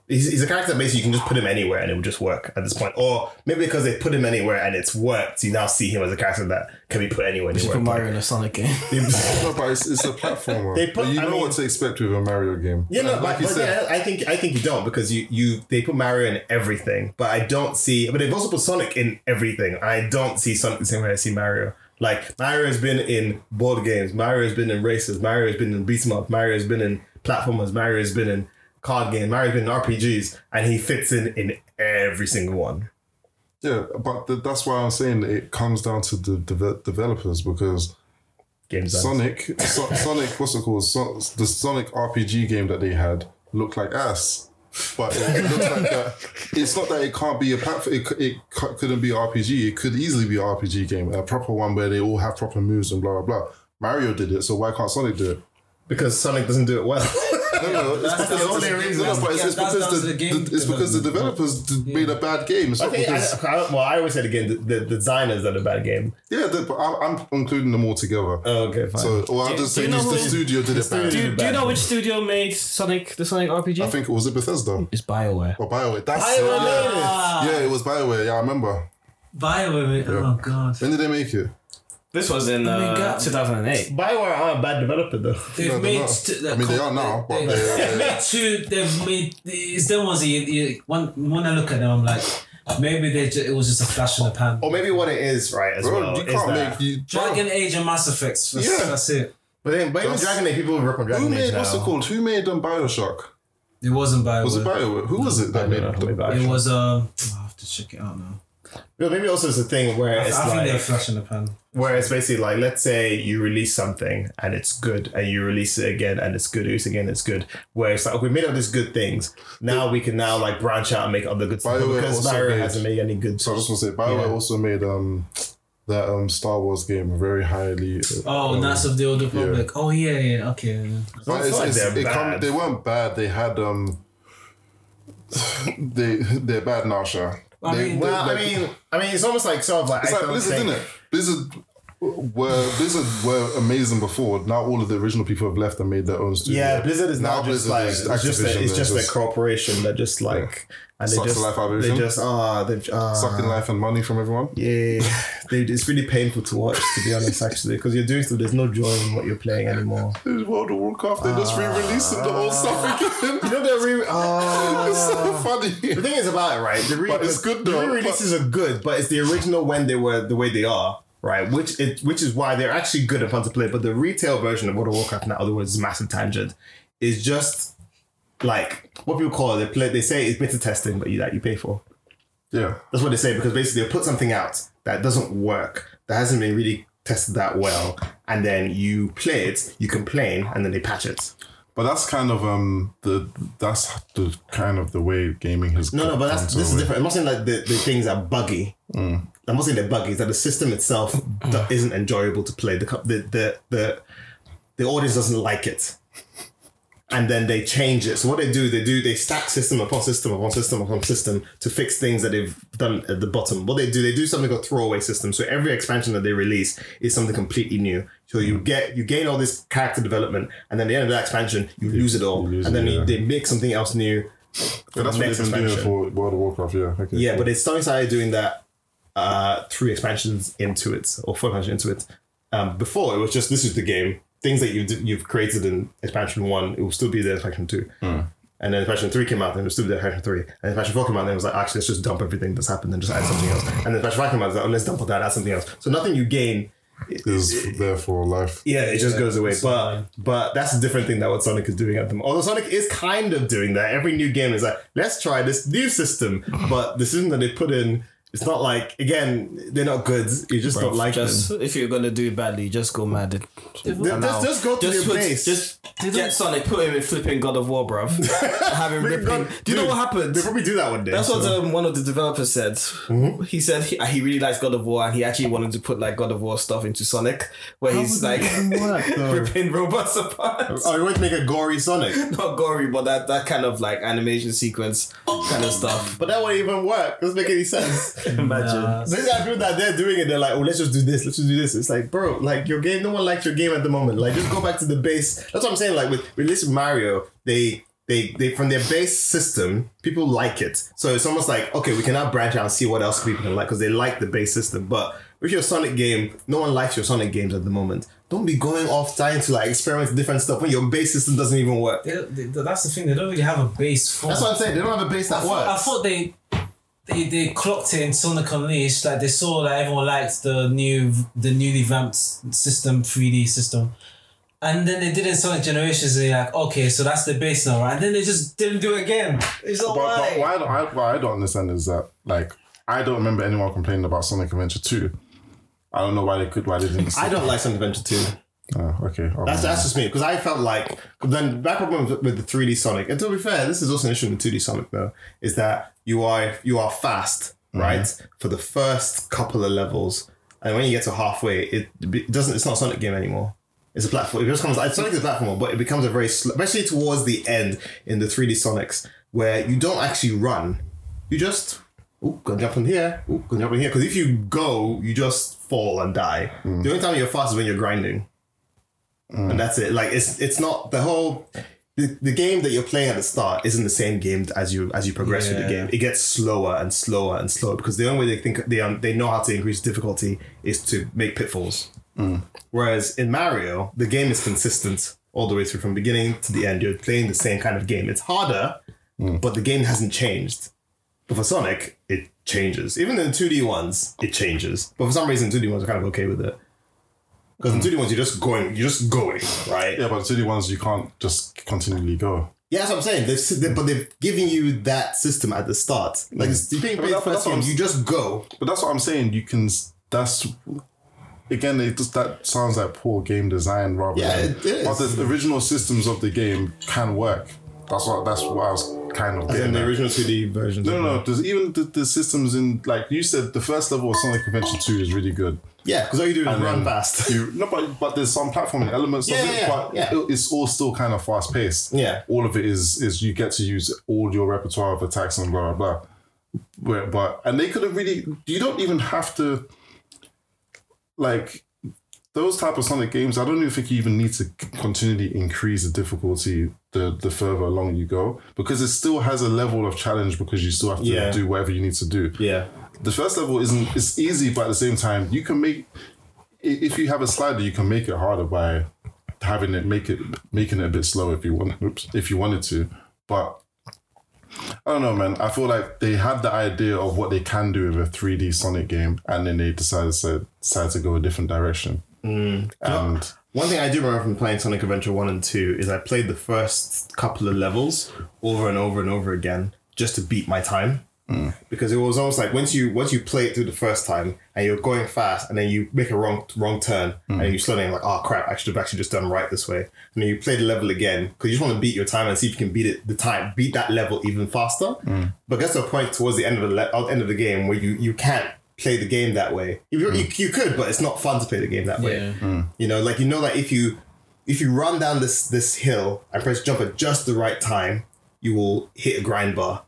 he's, he's a character that basically you can just put him anywhere and it would just work at this point. Or maybe because they put him anywhere and it's worked, you now see him as a character that can be put anywhere. and it
Just put
worked.
Mario in a Sonic game.
*laughs*
No, but it's, it's a platformer.
They put-
But you
I
know
mean-
what to expect with a Mario game.
Yeah, no,
And
but, but yeah, I think I think you don't because you you they put Mario in everything, but I don't see. But they've also put Sonic in everything. I don't see Sonic the same way I see Mario. Like Mario has been in board games, Mario has been in races, Mario has been in beat 'em up, Mario has been in platformers, Mario has been in card games, Mario has been in RPGs, and he fits in in every single one.
Yeah, but th- that's why I'm saying it comes down to the deve- developers because
Games
Sonic, so- Sonic, what's it called? So- the Sonic RPG game that they had looked like ass. but it looks like that. It's not that it can't be a platform. It, c- it c- couldn't be RPG. It could easily be an RPG game, a proper one where they all have proper moves and blah blah blah. Mario did it, so why can't Sonic do it?
because Sonic doesn't do it
*laughs*
well. *laughs*
No, no,
that's-
it's
that's
because it's-
the only reason.
no, no, but it's-
Yeah,
it's
that's down
because
to
the,
the game
the- it's because the developers d- made a bad game. It's
I
not
think,
because
I, I- well, I always said again, the, the designers are the bad game.
yeah, the, but I'm, I'm including them all together.
Oh, okay, fine.
so, or I'm just
do you
saying
know
is the
who-
studio did it bad.
Do you, *laughs* do you know which studio made Sonic the Sonic RPG?
I think it was it Bethesda
It's Bioware.
or Bioware. That's it,
Bioware
yeah.
made it.
Ah,
yeah, it was Bioware. Yeah, I remember.
Bioware. Oh god.
When did they make it?
This was in
I mean,
uh,
God.
2008.
Bioware are a bad developer though.
They've
No, they're
made.
not.
St-
I mean, they are now, but
They,
they-
have made two. They've made. It's them ones. that You, you, one, when I look at them, I'm like, maybe they. Ju- it was just a flash in the pan.
Or maybe what it is, right? As *laughs*
Bro,
well,
you
is
can't
that-
make you.
Dragon Age and Mass Effects. That's,
Yeah.
that's it.
But then, but even
That's-
Dragon Age, people rip on
Bro,
Dragon
who
Age
made
now.
what's it called? Who made them Bioshock?
It wasn't Bioware.
Was it Bioware? Who was it that
I
made
don't know,
them?
maybe I
It
should-
was um. I have to check it out now.
But maybe also it's a thing where
I
it's
think they're a
like
flash in the pan.
where it's basically like let's say you release something and it's good, and you release it again and it's good, release it again, it's good. Where it's like okay, we made all these good things. Now we can now like branch out and make other good stuff
BioWare
because
also
Mario
made-
hasn't made any good.
So I just want to say, Bioware
Yeah.
also made um that um Star Wars game very highly.
Oh,
um,
Knights of the Old Republic. Oh yeah, yeah. Okay.
It's
But it's,
not
it's,
like they're
it come-
bad.
they weren't bad. They had um. *sighs* They they're bad now, Sha.
I
They-
mean,
they-
Well, I
they-
mean, I mean, it's almost like sort of like
it's
I
like
don't
Blizzard,
think.
isn't it? Blizzard were Blizzard were amazing before. Now all of the original people have left and made their own studio.
Yeah, Blizzard is now, just like
is
it's just
Activision,
a, it's
they're
just a corporation that just like and they
Sucks the
just
life out of
they
everything.
just ah they've ah
sucking life and money from everyone.
Yeah, they, it's really painful to watch, to be honest, actually, because you're doing stuff. There's no joy in what you're playing anymore.
There's World of Warcraft. They're just re-releasing the old
Ah.
stuff again. *laughs*
You know they're re- oh.
it's so
the
funny.
thing is about it, right? The re-
But it's good
The
though,
re-releases are good, but it's the original when they were the way they are, right? Which it which is why they're actually good and fun to play. But the retail version of World of Warcraft, in other words, massive tangent, is just like what people call it. They play. They say it's beta testing, but you that you pay for.
Yeah,
That's what they say because basically they'll put something out that doesn't work, that hasn't been really tested that well, and then you play it, you complain, and then they patch it.
but that's kind of um the that's the kind of the way gaming has.
No, no, but that's
gone
this is
to it.
different. I'm not saying that the, the things are buggy.
Mm.
I'm not saying they're buggy. It's that the system itself that isn't enjoyable to play. The co- the the the, the audience doesn't like it. And then they change it. So what they do, they do they stack system upon system upon system upon system to fix things that they've done at the bottom. What they do, they do something called throwaway system. So every expansion that they release is something completely new. So
Mm.
you get you gain all this character development, and then at the end of that expansion, you lose it all,
lose
and
it,
then
yeah.
they make something else new.
But that's what
next
they've been doing
expansion.
for World of Warcraft. Yeah, okay.
Yeah, but it's Sony started doing that uh, three expansions into it or four expansions into it. Um, before it was just this is the game. Things that you did, you've created in expansion one, it will still be there in expansion two. And then expansion three came out, and it was still there in expansion three. And expansion four came out, and it was like, actually, let's just dump everything that's happened and just add something else. And then expansion five came out, it was like, oh, let's dump all that, add something else. So nothing you gain,
is there for life.
yeah, it just goes away. But but that's a different thing that what Sonic is doing at the moment. Although Sonic is kind of doing that. Every new game is like, let's try this new
*laughs*
system. But the system that they put in, it's not like again, they're not good. You just don't like
Just
them.
if you're gonna do it badly, just go mad. and-
Just, just, just go to
Just
your
put-
place.
Just get Sonic, put him in flipping God of
*laughs*
War, bruv. Have him ripping.
God,
do you know
dude,
what happened?
they probably do that one day.
That's what
so. Mm-hmm.
um, one of the developers said. He said he, he really likes God of War and he actually wanted to put like God of War stuff into Sonic, where he's like *laughs*
*laughs*
ripping robots apart.
Oh, you want to make a gory Sonic,
Not gory, but that, that kind of like animation sequence kind of stuff.
but that won't even work. Doesn't make any sense.
Imagine.
These are people that they're doing it. They're like, oh, let's just do this. Let's just do this. It's like, bro, like your game. No one likes your game at the moment. Like, just go back to the base. That's what I'm saying. Like with with this Mario, they they they from their base system, people like it. So it's almost like okay, we can now branch out and see what else people can like because they like the base system. But with your Sonic game, no one likes your Sonic games at the moment. Don't be going off trying to like experiment different stuff when your base system doesn't even work.
They don't- they- that's the thing. They don't really have a base for.
That's what I'm saying. They don't have a base that works.
I thought they they, they clocked it in Sonic Unleashed. Like they saw that everyone liked the new the newly vamped system, three D system, and then they did it in Sonic Generations. And they're like, okay, so that's the base now, right? And then they just didn't do it again. It's not
But,
why.
but why I don't, I, what I don't understand is that like I don't
*laughs*
remember anyone complaining about Sonic Adventure Two. I don't know why they could. Why they didn't?
I don't like Sonic Adventure 2.
Ah, okay. I'll
That's,
remember.
that's just me because I felt like then my problem with- with the 3D Sonic. And to be fair, this is also an issue with 2D Sonic though. Is that you are you are fast right for the first couple of levels, and when you get to halfway, it, be- it doesn't. It's not a Sonic game anymore. It's a platform. It just comes. It's Sonic is a platform, but it becomes a very slow, especially towards the end in the 3D Sonics where you don't actually run. You just ooh, gonna jump in here. Ooh, gonna jump in here. Because if you go, you just fall and die. The only time you're fast is when you're grinding and that's it. Like it's it's not the whole the, the game that you're playing at the start isn't the same game as you as you progress through the
Yeah.
game. It gets slower and slower and slower because the only way they think they um, they know how to increase difficulty is to make pitfalls. Whereas in Mario, the game is consistent all the way through from beginning to the end. You're playing the same kind of game. It's harder, but the game hasn't changed. But for Sonic, it changes. Even in the 2D ones, it changes. But for some reason, 2D ones are kind of okay with it. Because in 2D ones, you're just going, you're just going, right?
Yeah, but the 2D ones you can't just continually go.
Yeah, that's what I'm saying. They've, s- they, but they've given you that system at the start. Like, it's- you playing
Mm. But
the
that-
first
that's what
game,
I'm-
you just go.
But that's what I'm saying. You can. s- That's again. It just that sounds like poor game design rather.
Yeah,
than,
it is.
But the original systems of the game can work. That's what. That's what I was kind of getting.
In the
at.
original 2D versions.
No, no, no. There's even the, the systems in like you said. The first level of Sonic Convention Two is really good.
Yeah, because all you do is run
then
fast.
*laughs* You, no, but but there's some platforming elements
Yeah,
of it,
yeah,
but
yeah.
it- it's all still kind of fast paced.
Yeah.
all of it is is you get to use all your repertoire of attacks and blah blah blah. But, but and they could have really. You don't even have to. Like those type of Sonic games, I don't even think you even need to c- continually increase the difficulty the the further along you go because it still has a level of challenge because you still have to
Yeah.
do whatever you need to do
yeah.
the first level isn't it's easy but at the same time you can make i- if you have a slider you can make it harder by having it make it making it a bit slow if you want oops, if you wanted to but I don't know, man. I feel like they had the idea of what they can do with a 3D Sonic game, and then they decided to, decided to go a different direction.
Mm.
And
One thing I do remember from playing Sonic Adventure 1 and 2 is I played the first couple of levels over and over and over again just to beat my time. Because it was almost like once you once you play it through the first time and you're going fast and then you make a wrong wrong turn and you slow down like oh crap I should have actually just done right this way and then you play the level again because you just want to beat your time and see if you can beat it the time beat that level even faster but gets to a point towards the end of the le- uh, end of the game where you you can't play the game that way you, you, you could but it's not fun to play the game that way
Yeah.
you know, like you know that if you if you run down this this hill and press jump at just the right time, you will hit a grind bar.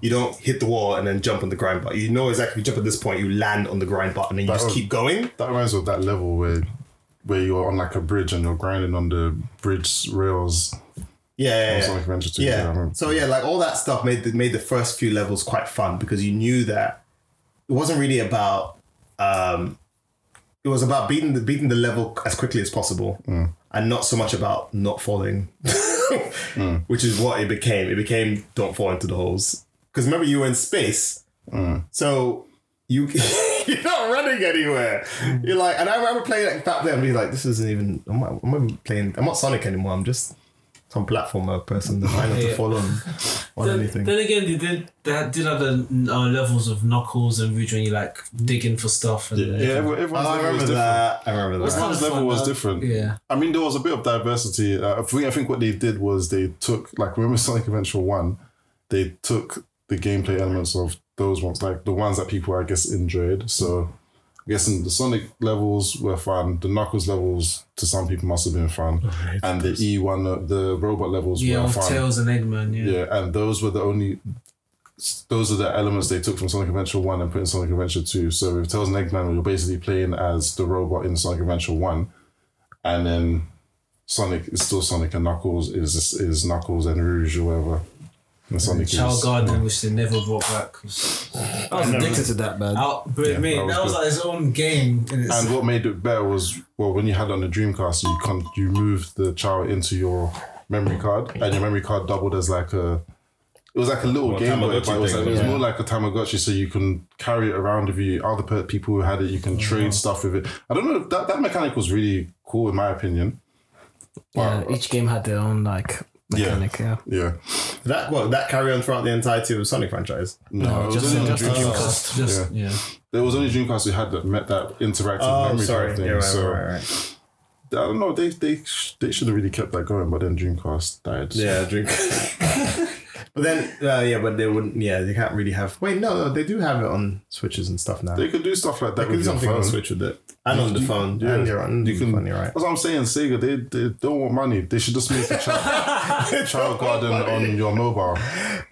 You don't hit the wall and then jump on the grind bar. You know exactly if you jump at this point, you land on the grind bar and then you just
was-
keep going.
that reminds me of that level where where you're on like a bridge and you're grinding on the bridge rails.
Yeah,
on
yeah,
Sonic
yeah.
Adventure 2. I
yeah.
remember.
So yeah, like all that stuff made the, made the first few levels quite fun because you knew that it wasn't really about um it was about beating the beating the level as quickly as possible
Mm.
and not so much about not
*laughs*
falling
Mm.
which is what it became it became don't fall into the holes because remember you were in space so you *laughs* you're not running anywhere you're like and I remember playing like back then and being like this isn't even I'm not, I'm not even playing I'm not Sonic anymore I'm just some platformer person that I have to
Yeah.
fall on on
Then,
anything
then again, they did they had- did have the uh, levels of Knuckles and Ridge when you like digging for stuff. And
Yeah, everyone-
Oh,
everyone's
I
level is
remember
different.
that I remember that
It's
Everyone's
kinda
level
fun,
was
though.
different.
Yeah.
I mean, there was a bit of diversity. Uh, I, think, I think what they did was they took, like, remember Sonic Adventure 1? They took the gameplay elements of those ones, like the ones that people, I guess, enjoyed. So I'm guessing the Sonic levels were fun. The Knuckles levels, to some people, must have been fun.
Oh,
and the E1, uh, the robot levels
Yeah,
were
with
fun.
Tails and Eggman. Yeah.
Yeah, and those were the only. Those are the elements they took from Sonic Adventure One and put in Sonic Adventure Two. So with Tails and Eggman, you're basically playing as the robot in Sonic Adventure One, and then Sonic is still Sonic and Knuckles is is Knuckles and Rouge or whatever. And Sonic
Child
is,
Garden, which they never brought back.
I was addicted to that, man.
Out, but
Yeah,
mate,
that
that was,
was good.
like his own game. In itself.
And what made it better was well when you had it on the Dreamcast, you con- you moved the child into your memory card, and your memory card doubled as like a. It was like a little game, boy,
Tamagotchi
but it was,
thing,
like, it was
yeah.
more like a Tamagotchi, so you can carry it around with you. Other pe- people who had it, you
Mm-hmm.
can trade stuff with it. I don't know. That that mechanic was really cool, in my opinion.
yeah, each game had their own like
Yeah.
mechanic. Yeah,
Yeah.
That well, that carry on throughout the entirety of the Sonic franchise.
No, it was
just-
only on
just the Dreamcast.
Just- just- yeah.
There was only Dreamcast who had that met that interactive
Oh,
memory
sorry.
card thing.
Yeah, right,
so
right, right, right.
I don't know. They they sh- they should have really kept that going, but then Dreamcast
*laughs*
died.
Yeah, drink. *laughs* but then, uh, yeah, but they wouldn't. Yeah, they can't really have. Wait, no, no, they do have it on switches and stuff now.
They could do stuff like that
They could do
with your
something on
phone.
Switch with it, and on the
You-
phone,
yeah.
and you're on
You
the
can-
phone. You're right.
That's what I'm saying, Sega. They, they don't want money. They should just make a
*laughs*
child, child garden on your mobile.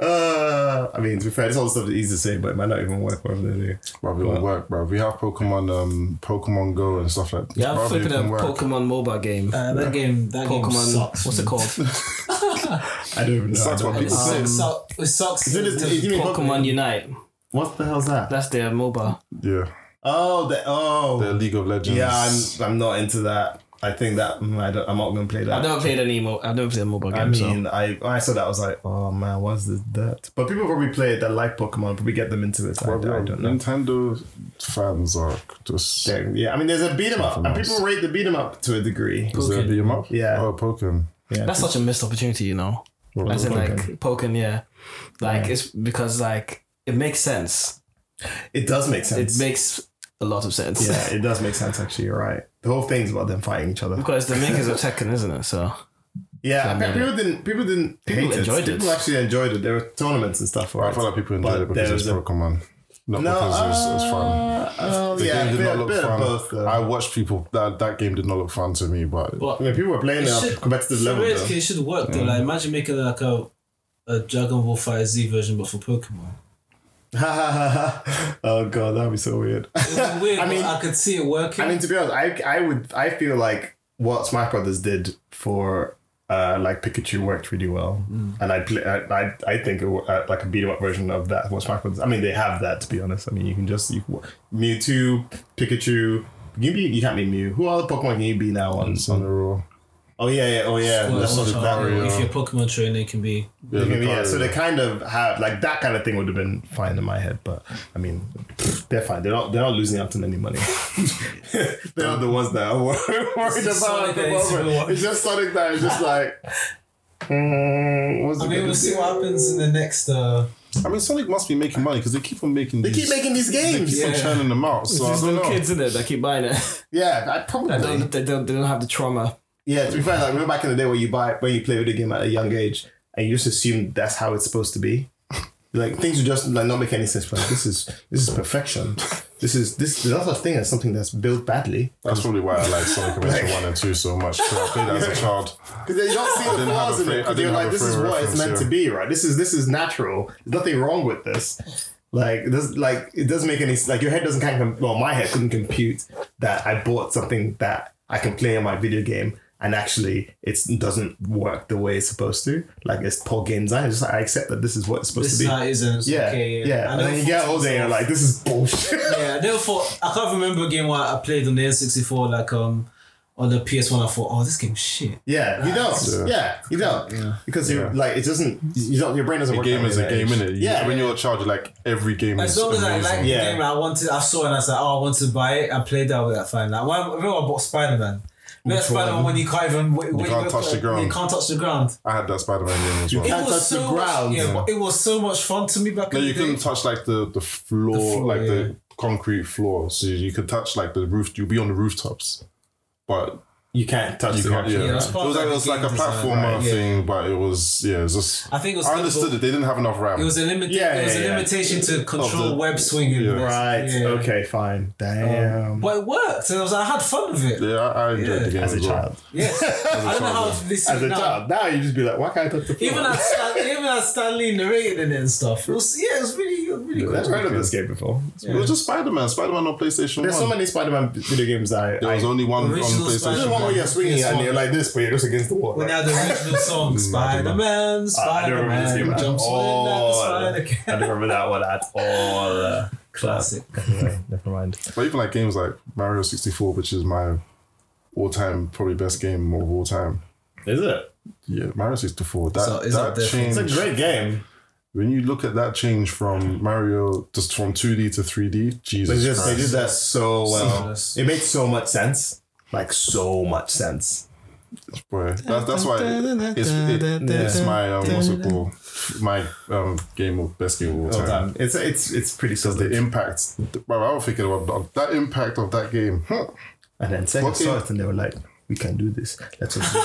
Uh, I mean, to be fair, this whole stuff is easy to say, but it might not even work whatever they do.
Bruv, it will work, bruv. We have Pokemon, um, Pokemon Go and stuff like that.
Yeah, I'm
Bruv, it
flipping a
can work.
Pokemon mobile game.
Uh, that game, that game
Pokemon,
sucks.
what's it called?
*laughs* I don't even know.
Sucks
I don't
what
know.
It
people say.
sucks. Um, it sucks.
Is it- is it- you mean
Pokemon Unite.
What the hell's that?
That's their mobile.
Yeah,
Oh, the, oh,
the League of Legends.
yeah. I'm, I'm not into that. I think that mm, I don't, I'm not gonna play that.
I've never played any. Mo- I've never played a mobile game.
I
so.
mean, I when I saw that I was like, oh man, what's this dirt? But people probably play it. They like Pokemon. Probably get them into it. I,
Bruv,
I don't know.
Nintendo fans are just.
Yeah, yeah, I mean, there's a beat 'em up, and
Something
people rate the beat 'em up to a degree.
Is there a
Pokemon.
beat 'em up?
Yeah.
Oh, Pokemon.
Yeah,
That's such a missed opportunity, you know.
Well,
As in,
Pokken.
like poking, yeah. Like it's because like it makes sense.
it does make sense.
It makes a lot of sense.
yeah, it does make sense. Actually, you're right. The whole thing's about them fighting each other.
*laughs* Because the makers of Tekken, isn't it? So
Yeah,
So, I mean,
people didn't. People didn't.
people
hate
enjoyed
it.
it.
People actually enjoyed it. There were tournaments and stuff. Right?
I feel like people enjoyed
But
it because
there was
it's
a-
Pokemon, not
no,
because it's, it's fun.
uh, oh,
The
yeah,
game did
bit,
not look
bit
fun.
Of both, though.
I watched people that that game did not look fun to me, but
But
I mean, people were playing it
it
up
should,
competitive
for
level.
real,
though.
it should work though. Like imagine making like a, a Dragon Ball Fighter Z version but for Pokemon.
*laughs* oh god, that'd be so weird. *laughs*
It's weird,
I
but
mean-
I could see it working.
I mean, to be honest, I I would I feel like what Smash Brothers did for uh like Pikachu worked really well, and I play I I, I think it, wo- uh, like a beat 'em up version of that what Smash Brothers. I mean, they have that to be honest. I mean, you can just you can, Mewtwo, Pikachu. You, can be, you can't be Mew. Who other Pokemon can you be now on?
it's on the raw.
Oh yeah, yeah, oh yeah.
Well,
That's
so
not
Lucario.
if you're a Pokemon trainer, it can be.
Yeah,
They can be- yeah,
Lucario.
so they kind of have like that kind of thing would have been fine in my head, but I mean, pfft, they're fine. They're not. They're not losing out on any money. *laughs* they're not the ones that are wor- *laughs* worried
just
about at
Sonic that
the
needs to be
moment.
watched.
It's just Sonic that is just like. mm, what's
I
it
mean,
gonna
we'll see
do?
what happens in the next. Uh,
I mean, Sonic must be making money because they keep on making.
They
These,
keep making these
They
games.
keep
Yeah,
on
Yeah.
churning them out. So I
there's
don't
little
know.
kids in it that keep buying it.
Oh. I probably.
they, *laughs* don't, they don't. They don't have the trauma. *laughs*
Yeah, to be fair, like remember back in the day where you buy when you play video game at a young age and you just assume that's how it's supposed to be. Like things would just like not make any sense. Like this is this is perfection. This is this there's not such thing as something that's built badly.
That's probably why I like Sonic Adventure One and Two so much. 'cause I played that as a child.
Because they don't see the
didn't have
flaws
a
in
fra-
it.
I
Because
didn't
you're
have
like,
a
this is
frame
what it's
reference,
meant to
yeah.
be, right? This is this is natural. There's nothing wrong with this. Like this, like it doesn't make any like your head doesn't kind of well, my head couldn't compute that I bought something that I can play in my video game and actually it's, it doesn't work the way it's supposed to. Like it's poor game design. It's just like, I accept that this is what it's supposed
this
to be.
night isn't. It's
yeah,
okay,
yeah, And
I
then you get older and you're like, this is bullshit. *laughs*
Yeah, therefore, I can't remember a game where I played on the N64, like um, on the PS1. I thought, oh, this game's shit.
Yeah, you don't. Yeah, you don't. Because you're like, it doesn't. You don't. Your brain doesn't.
A
work
game
that
is
way
a
at
game,
age.
innit? You-
Yeah.
When you're a child, you're like every game
As
is
long as I
amazing.
like the
Yeah.
game, and I wanted, I saw it, and I said, "Oh, I want to buy it." I played that with that fine. Like, when, remember I bought Spider Man. Remember
one?
Spider Man when you can't even when, when
can't touch the ground.
You can't touch the ground.
I had that Spider-Man game as well.
You can't touch the ground.
Much, yeah, but it was so much fun to me back
No,
in
you
the
couldn't
day.
touch like the the floor,
floor,
like
yeah.
the concrete floor. So you could touch like the roof. You'll be on the rooftops, but
You can't touch
you
the
can't. Yeah,
ground.
Yeah, that's
it
part
was
of
like it
the
was like a
game design,
platformer
right? Yeah.
thing, but it was yeah, it was just.
I think it was.
I understood it. They didn't have enough RAM.
It was a limit.
Yeah,
it was
yeah,
a
yeah.
limitation to control
the-
web swinging.
yeah.
Right.
Yeah.
Okay. Fine. Damn.
But it worked, and I was I had fun with it.
yeah, I, I enjoyed
Yeah.
the game
as a
well.
child.
Yes, I don't know how
child,
this
As a
now,
child, now you just be like, why can't I touch the floor?
Even as Stan, even as Stanley narrated in it and stuff, it was yeah, it was really, it was really
I've
cool.
heard of this game before.
It was just Spider-Man. Spider-Man on PlayStation
There's so
One.
many Spider-Man video games that I.
there was
I-
only one on
Original
There's
PlayStation
Spider-Man.
one where
One.
you're swinging
Yes,
and
one.
you're like this, but you're just against the wall.
When
right?
they had the original
*laughs*
song, Spider Man,
I don't
Spider
remember this game
Man,
at
jumps in at the
all.
Spider
I
Cat.
don't remember that one at *laughs* all.
Classic.
Anyway, never mind.
But even like games like Mario 64, which is my all-time probably best game of all time.
Is it?
Yeah, Mario 64. That,
So it's up
that
there.
It's
changed.
a great game.
when you look at that change from Mario just from 2D to 3D,
They
Jesus
just they
Christ.
did that so well.
Seamless.
It made so much sense. Like so much sense.
Boy, that, that's why it- it's, it- it's my um, what's it called? My um, game of best game of all
Well
time.
done. Um, It's it's it's pretty
The
solid.
impact, bro. I was thinking about that impact of that game. Hmm. Huh.
And then Sega
What game-
saw it and they were like, we can do this. Let's us do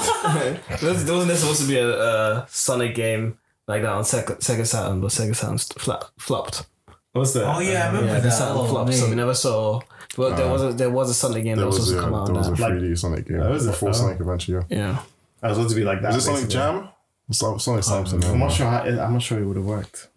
it.
This- there wasn't supposed to be a, uh Sonic game like that on Sega, Sega Saturn, but Sega Saturn fla- flopped.
What's that?
Oh yeah, I remember
Yeah, Sega
that.
Saturn
Oh,
flopped, so we
mate.
never saw. Well, there was a, there was a Sonic game that
There
was
was,
supposed
yeah,
to come out.
there was a
on that.
3D Sonic game
was a-
before
oh.
Sonic Adventure. Yeah.
yeah,
I was going to be like that.
Is it Sonic
basically.
Jam? Son- Sonic something.
I'm
yeah.
not sure. How, I'm not sure it would have worked.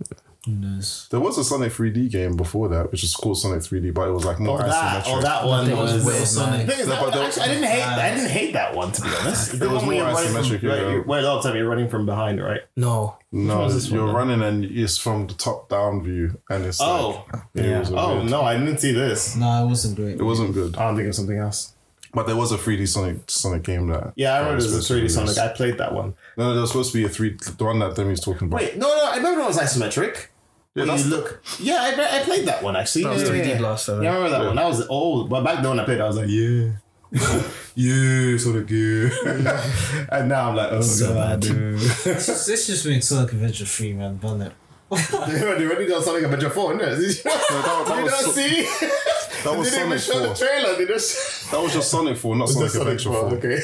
Who knows?
There was a Sonic 3D game before that, which is called Sonic 3D, but it was like more isometric.
Oh, that one
It was weird, man.
The thing is,
No,
that
but
one-
that-
actually, I didn't hate. I didn't hate that one to be honest. The
was
one where
more
you're running from,
isometric,
right,
yeah.
you- where a lot of time you're running from behind, right?
No,
No,
was this
you're
one
running and it's from the top down view, and it's
Oh,
like, it,
yeah.
was
Oh
weird.
no, I didn't see this.
No, it wasn't great.
it wasn't good.
I'm thinking of something else.
But there was a 3D Sonic Sonic game that
Yeah, I
that
remember
was
there's a
supposed to
3D
be
Sonic.
released.
I played that one.
No, no, there was supposed to be a three. The one that Demi's talking about.
Wait, no, no, I remember it was isometric.
yeah,
When
that's
you look. Yeah, I, I played that one actually.
was
yeah,
3D
yeah, yeah.
Blaster, right?
Yeah, I remember that one. That was old, but back then when I played, I was like, yeah. yeah, Sonic,
*laughs*
yeah. and now I'm like, oh
So
god, *laughs*
bad.
dude.
This just- this just makes Sonic Adventure 3, man, doesn't it?
they already done Sonic Adventure 4, innit? Did you not,
that- that
did *laughs* you
was
not
so-
see?
that
*laughs* they
was
didn't even
Sonic
show
Four.
the trailer. They just
That was just Sonic Four, not Sonic Adventure Four.
Okay.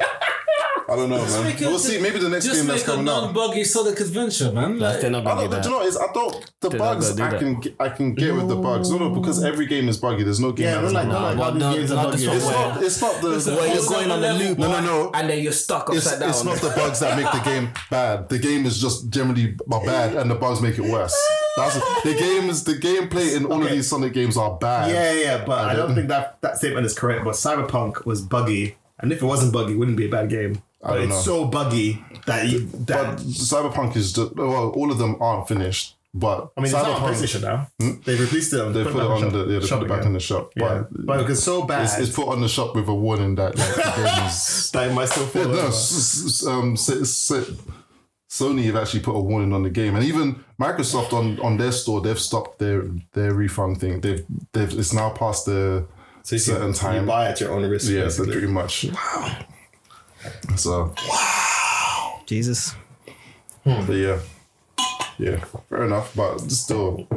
I don't know, man.
make it
We'll
a-
see. Maybe the next
Just
game that's
make a
coming out.
non-buggy Sonic Adventure, man. Like,
they're not
I
gonna do
don't,
that.
do Oh, you know what it is? I thought the
They're not
bugs
gonna do
I can get, I can get with the bugs. No, no, because every game is buggy. There's no game
Yeah,
that
they're
is
like, no, like,
not
no,
all these
no,
games are
not this
buggy.
one.
It's
Yeah.
not-
buggy. It's not the.
where
Well,
you're
it's
going
not
on a
level.
loop,
No, no, no.
and then you're stuck
It's,
upside down.
it's not the bugs that make the game bad. The game is just generally b- bad, and the bugs make it worse. That's the game is the gameplay in all of
Okay.
these Sonic games are bad.
Yeah, yeah, yeah, but I don't think that that statement is correct. But Cyberpunk was buggy, and if it wasn't buggy, it wouldn't be a bad game. But
don't
it's
know.
so buggy that you that.
But Cyberpunk is just, well, all of them aren't finished. But
I mean, it's not on
Cyberpunk, Hmm?
PlayStation now. They've released it. On,
they put it
back
on
shop-
the yeah, they
shop
put it back
again.
in the shop.
Yeah,
But
but it's so bad
it's, it's put on the shop with a warning that like, the
*laughs*
game is.
that it might still fall.
*laughs* Yeah, no,
over.
s- s- um, s- s- Sony have actually put a warning on the game, and even Microsoft on, on their store they've stopped their their refund thing. They've they've it's now past the
so you see,
certain
you
time.
buy at your own risk.
yeah, so
basically.
pretty much. So,
Jesus.
but yeah, yeah, fair enough. But still,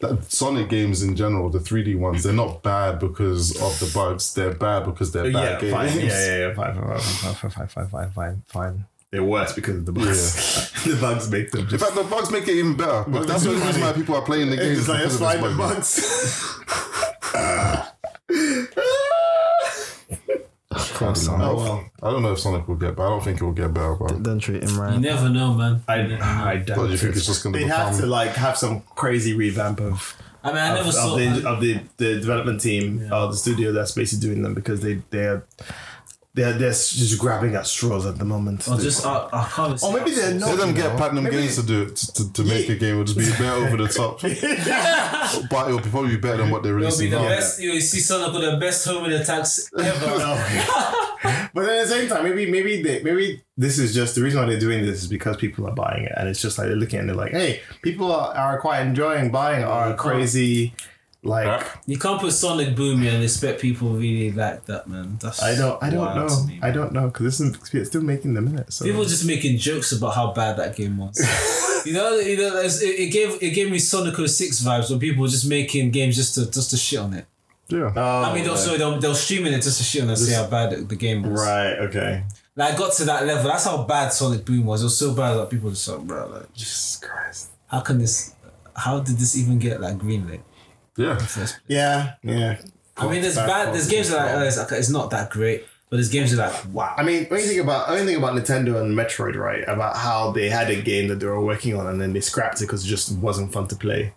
that Sonic games in general, the three D ones, they're not bad because of the bugs. They're bad because they're
yeah,
bad
fine.
games.
Yeah, yeah, yeah, fine, fine, fine, fine, fine, fine, fine, fine, fine. They're worse because of the bugs. *laughs* the bugs make them
In
just.
fact, the bugs make it even better. But that's the only reason why people are playing the game.
It's like
because
it's
of this
fine. The
*laughs*
bug.
bugs.
Oh, well. I don't know if Sonic will get better. I don't think it will get better, but
Don't treat him
You
right.
never know, man.
I, I doubt
do you think it's just going to
They
become?
have to like have some crazy revamp of
I mean, I
of,
never
of
saw.
the,
I,
of the the development team or the studio that's basically doing them because they they're they're they're just grabbing at straws at the moment.
or just I, I can't. even say
or Oh, maybe they're
*laughs* that.
not.
Let them
you
get
know.
platinum
Maybe-
games to do it to, to, to make a game. It'll just be better over
*laughs*
the top, *laughs* but it'll be probably better than what they're
It'll be
releasing
the
now.
best. You will see Sonic with the best homing attacks
*laughs*
ever.
But then at the same time, maybe maybe they, maybe this is just the reason why they're doing this is because people are buying it, and it's just like they're looking and they're like, hey, people are, are quite enjoying buying our crazy, like
you can't put Sonic Boom here and expect people really like that, man. That's
I don't I don't
wild
know
to me,
I
man.
don't know because this is it's still making the minute. So
People just making jokes about how bad that
*laughs*
game was. you know, you know, it's- it, it gave it gave me Sonic 06 vibes when people were just making games just to just to shit on it.
Yeah,
Oh,
I mean, they'll, sorry, they'll, they'll streaming it just to shit on and say how bad the- the game was.
right, okay.
Like, I got to that level. That's how bad Sonic Boom was. It was so bad that people just like, bro, like,
Jesus Christ.
how can this? How did this even get like greenlit?
yeah.
First?
Yeah, yeah.
I mean, there's
Bad
bad. There's games that are like, oh, it's, okay, it's not that great, but there's games that are like, wow.
I mean, when you think about, when you think about Nintendo and Metroid, right? About how they had a game that they were working on and then they scrapped it because it just wasn't fun to play.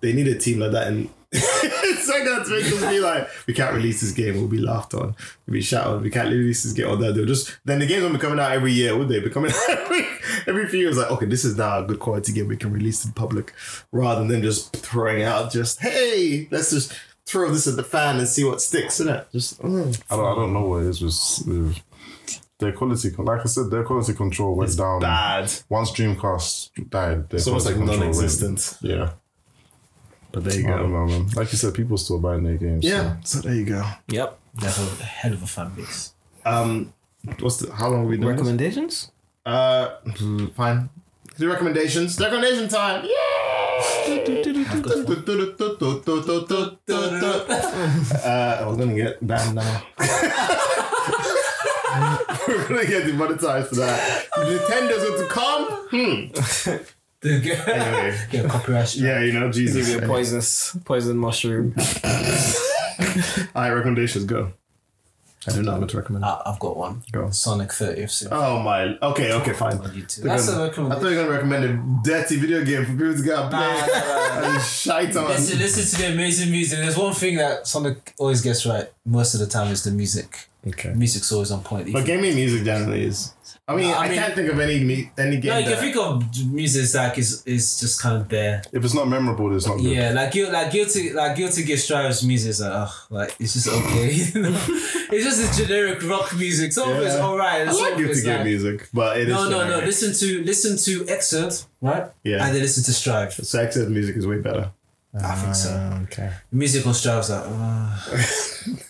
They need a team like that, and *laughs* Sega to make them be like, we can't release this game. We'll be laughed on. We'll be shouted. on. We can't release this game. Or that they'll just then the games won't be coming out every year, would they? Be coming *laughs* out every every few years. Like, okay, this is now a good quality game we can release to the public, rather than just throwing out just hey, let's just throw this at the fan and see what sticks, isn't it? Just mm.
I don't, I don't know what it is with, with their quality. con- Like I said, their quality control went down
bad.
once Dreamcast died. Their
It's almost like
quality control
non-existent.
Went, yeah,
But there you
I don't know, man. Like you said, people still buying their games.
Yeah. So there you go.
Yep.
They have a hell of a fan base.
Um, what's the? How long are we doing? this?
Recommendations?
uh, mm, fine. The recommendations. Recommendation time. *laughs* Yeah. uh, I was gonna get banned now. *laughs* We're gonna get demonetized for that. Nintendo's going to come. Hmm.
The get,
Anyway.
get copyright. strike.
Yeah, you know,
Give
Jesus.
you a poisonous poison mushroom. *laughs*
All right, recommendations go. I do not want to recommend.
Ah, I've got one.
Go.
Sonic 30th season
Oh my. Okay, okay, fine.
on YouTube.
They're
That's
gonna-
a
I thought you
recommendation.
were gonna recommend a dirty video game for people to go and
Nah, nah,
play
nah,
*laughs*
nah.
and shite on.
Listen, listen to the amazing music. There's one thing that Sonic always gets right most of the time is the music.
Okay.
Music's always on point.
But gaming music generally is. I mean,
Nah, I
I,
mean-
can't think of any me- any game
like
that
if you think of music, it's like it's, it's just kind of there.
If it's not memorable, it's not good.
Yeah, like guilty, like guilty, like guilty Gear Strive's music is like, ugh, like it's just okay. *laughs* you know? it's just a generic rock music. Some of it's
Yeah.
alright.
I
some
like
of
you
it's
to game
like-
music, but it is.
No, no, no.
generic.
Listen to listen to Excerpt, right?
Yeah.
And then listen to Strive.
Sex ed music is way better.
I think so.
Ah, okay.
Music on Strive's like, ugh.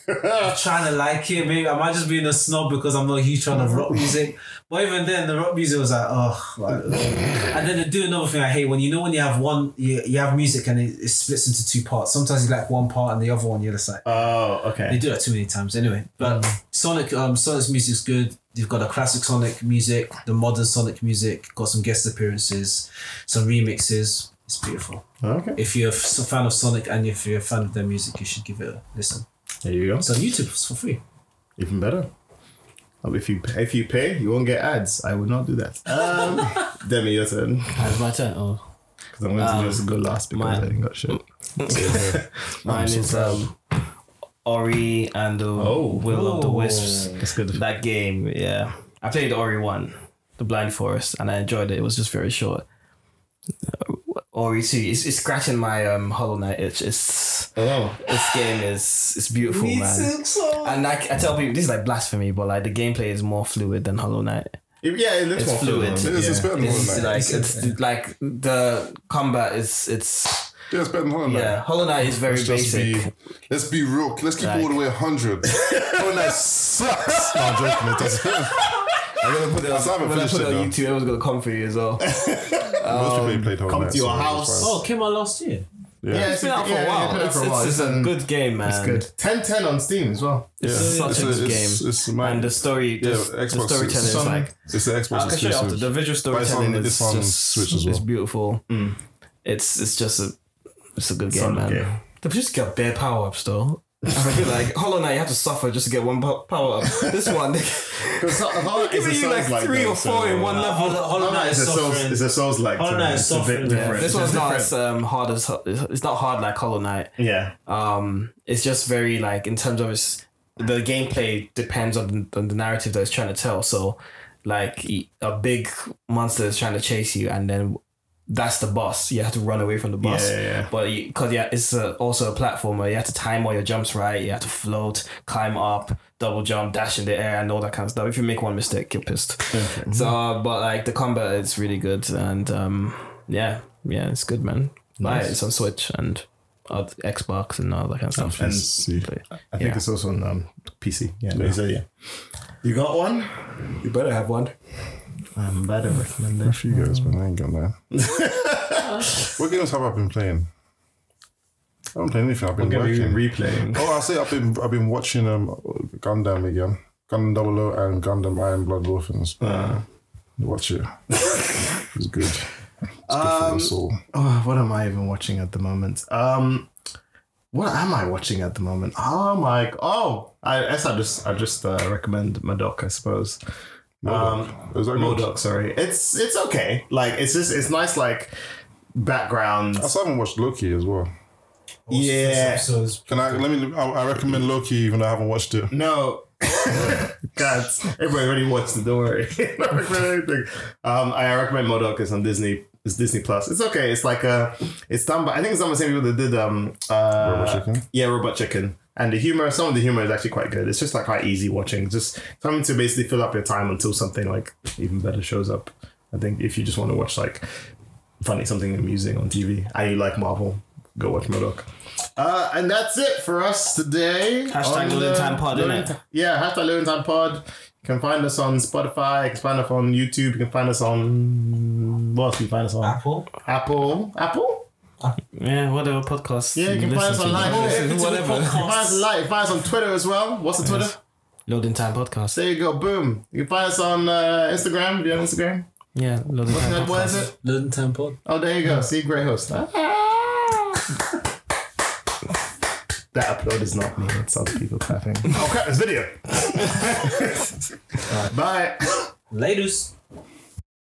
*laughs*
I'm trying to like it. Maybe I might just being a snob because I'm not huge fan of rock music. But even then, the rock music was like, oh. Like, ugh. and then they do another thing I hate when you know when you have one, you, you have music and it, it splits into two parts. Sometimes you like one part and the other one you're just like.
Oh,
They
okay.
do that too many times anyway. But Sonic, um, Sonic's music's good. You've got the classic Sonic music, the modern Sonic music, got some guest appearances, some remixes. It's beautiful.
Okay.
If you're a f- a fan of Sonic and if you're a fan of their music, you should give it a listen.
There you go.
It's on YouTube, it's for free.
Even better. Um, If you if you pay, you won't get ads. I will not do that.
*laughs*
Um, Demi, your turn.
That's my turn. Oh,
Because I'm
Um,
going to just go last because
mine.
I ain't got shit.
*laughs* mine is um, Ori and the
Oh.
Will of the Wisps.
That's good.
That game, yeah. I played Ori 1, The Blind Forest, and I enjoyed it. It was just very short. Uh, Ori 2, it's, it's scratching my um, Hollow Knight itch. It's,
Oh,
this game is it's beautiful, man.
so.
And like, I tell people, this is like blasphemy, but like the gameplay is more fluid than Hollow Kniit.
If- yeah, it looks
It's
more
fluid.
fluid.
It is, it's
Yeah.
better than Hollow
It's
Knight.
like, it's like the combat is, it's,
yeah, it's better than Hollow Knight.
yeah, Hollow Knight is very
Let's just
basic.
be, let's be real. Let's keep it all the way
*laughs*
100.
oh,
Hollow Knight sucks. No, I'm joking. It doesn't. I'm going to put it
When I
haven't
put
finished
it on
it,
YouTube, everyone's gonna come for you as well.
though. Most people ain't played Hollow
come
Knight,
to your
so it's
house.
fine.
Oh, it came out last year.
Yeah,
It's been out
*laughs*
for
yeah,
a
yeah,
while.
it's been out
It's,
for a
it's,
while.
it's a
um,
good game, man.
It's good. 1010 on Steam as well.
Yeah.
It's such a
It's
good
it's-
game.
It's, my-
and the story, the,
yeah,
the
Xbox
storytelling is
Sony.
like
it's the Xbox
I can show you after.
exclusive.
The visual
But it's on-
storytelling is
it's on
just
Switch as
it's
well.
beautiful. It's it's just a it's a good game,
Solid
man.
game.
They just get bare power ups though. *laughs* I feel like Hollow Knight, you have to suffer just to get one po- power up. This one, *laughs* they
Because
giving you like three or four in one level.
Hollow, Hollow Knight
It's
is
a Souls,
suffering.
it's a Souls like.
Hollow Knight is
It's a bit
suffering, yeah.
different.
This
It's
one's not
different.
as um, hard as it's not hard like Hollow Knight.
Yeah.
Um, it's just very like in terms of its the gameplay depends on the, on the narrative that it's trying to tell. So, like y- a big monster is trying to chase you, and then that's the boss. You have to run away from the boss.
Yeah, yeah, yeah.
But because yeah, it's a, also a platformer. You have to time all your jumps right. You have to float, climb up, double jump, dash in the air, and all that kind of stuff. If you make one mistake, you're pissed. So, uh, but like the combat is really good, and um, yeah, yeah, it's good, man. Buy it. It's on Switch and other Xbox and all that kind of stuff.
And-
See.
Play.
I think
Yeah.
it's also on um, PC. Yeah. no, so, yeah. You got one?
You better have one.
I'm bad at recommending.
F you guys, man. I ain't got that.
*laughs*
what games have I been playing? I haven't played anything. I've been working.
replaying.
oh, I'll say I've been I've been watching um Gundam again. Gundam Double O and Gundam Iron Blood Dolphins. Watch it. it's good. It's good for the soul.
Oh, what am I even watching at the moment? Um, what am I watching at the moment? Oh my! Oh, I guess I just I just uh, recommend Madoc, I suppose. Um,
Is that good?
Modoc, sorry. It's it's okay. Like it's just it's nice like background.
I still haven't watched Loki as well.
Yeah.
So it's
Can I let me? I, I recommend Loki even though I haven't watched it.
No. *laughs* God, everybody already watched it. Don't worry. *laughs* I don't recommend anything. Um, I recommend Modoc. It's on Disney. It's Disney Plus. It's okay. It's like a. It's done by. I think it's done by the same people that did um. Uh,
Robot Chicken?
Yeah, Robot Chicken. And the humor, some of the humor is actually quite good. It's just like quite easy watching. Just something to basically fill up your time until something like even better shows up. I think if you just want to watch like funny something amusing on TV and you like Marvel, go watch Modoc. Uh, and that's it for us today.
Hashtag
on
Loading
the-
Time Pod,
Loading
innit?
Ti- Yeah, hashtag Loading Time Pod. You can find us on Spotify, you can find us on YouTube, you can find us on what else can you find us on?
Apple.
Apple. Apple?
Yeah, whatever podcast.
Yeah, you can find us
listen to.
online.
Listen,
Yeah,
whatever.
Find us, like, find us on Twitter as well. What's the Twitter?
Loading Time Podcast.
There you go. Boom. You can find us on uh, Instagram. Do you have Instagram?
Yeah, Loading Time
What,
Podcast.
what is it?
Loading Time Pod.
Oh, there you go. See, great host. Ah. Huh? that upload is not me. It's other people clapping. oh crap! It's video. *laughs* All right, bye.
Latest.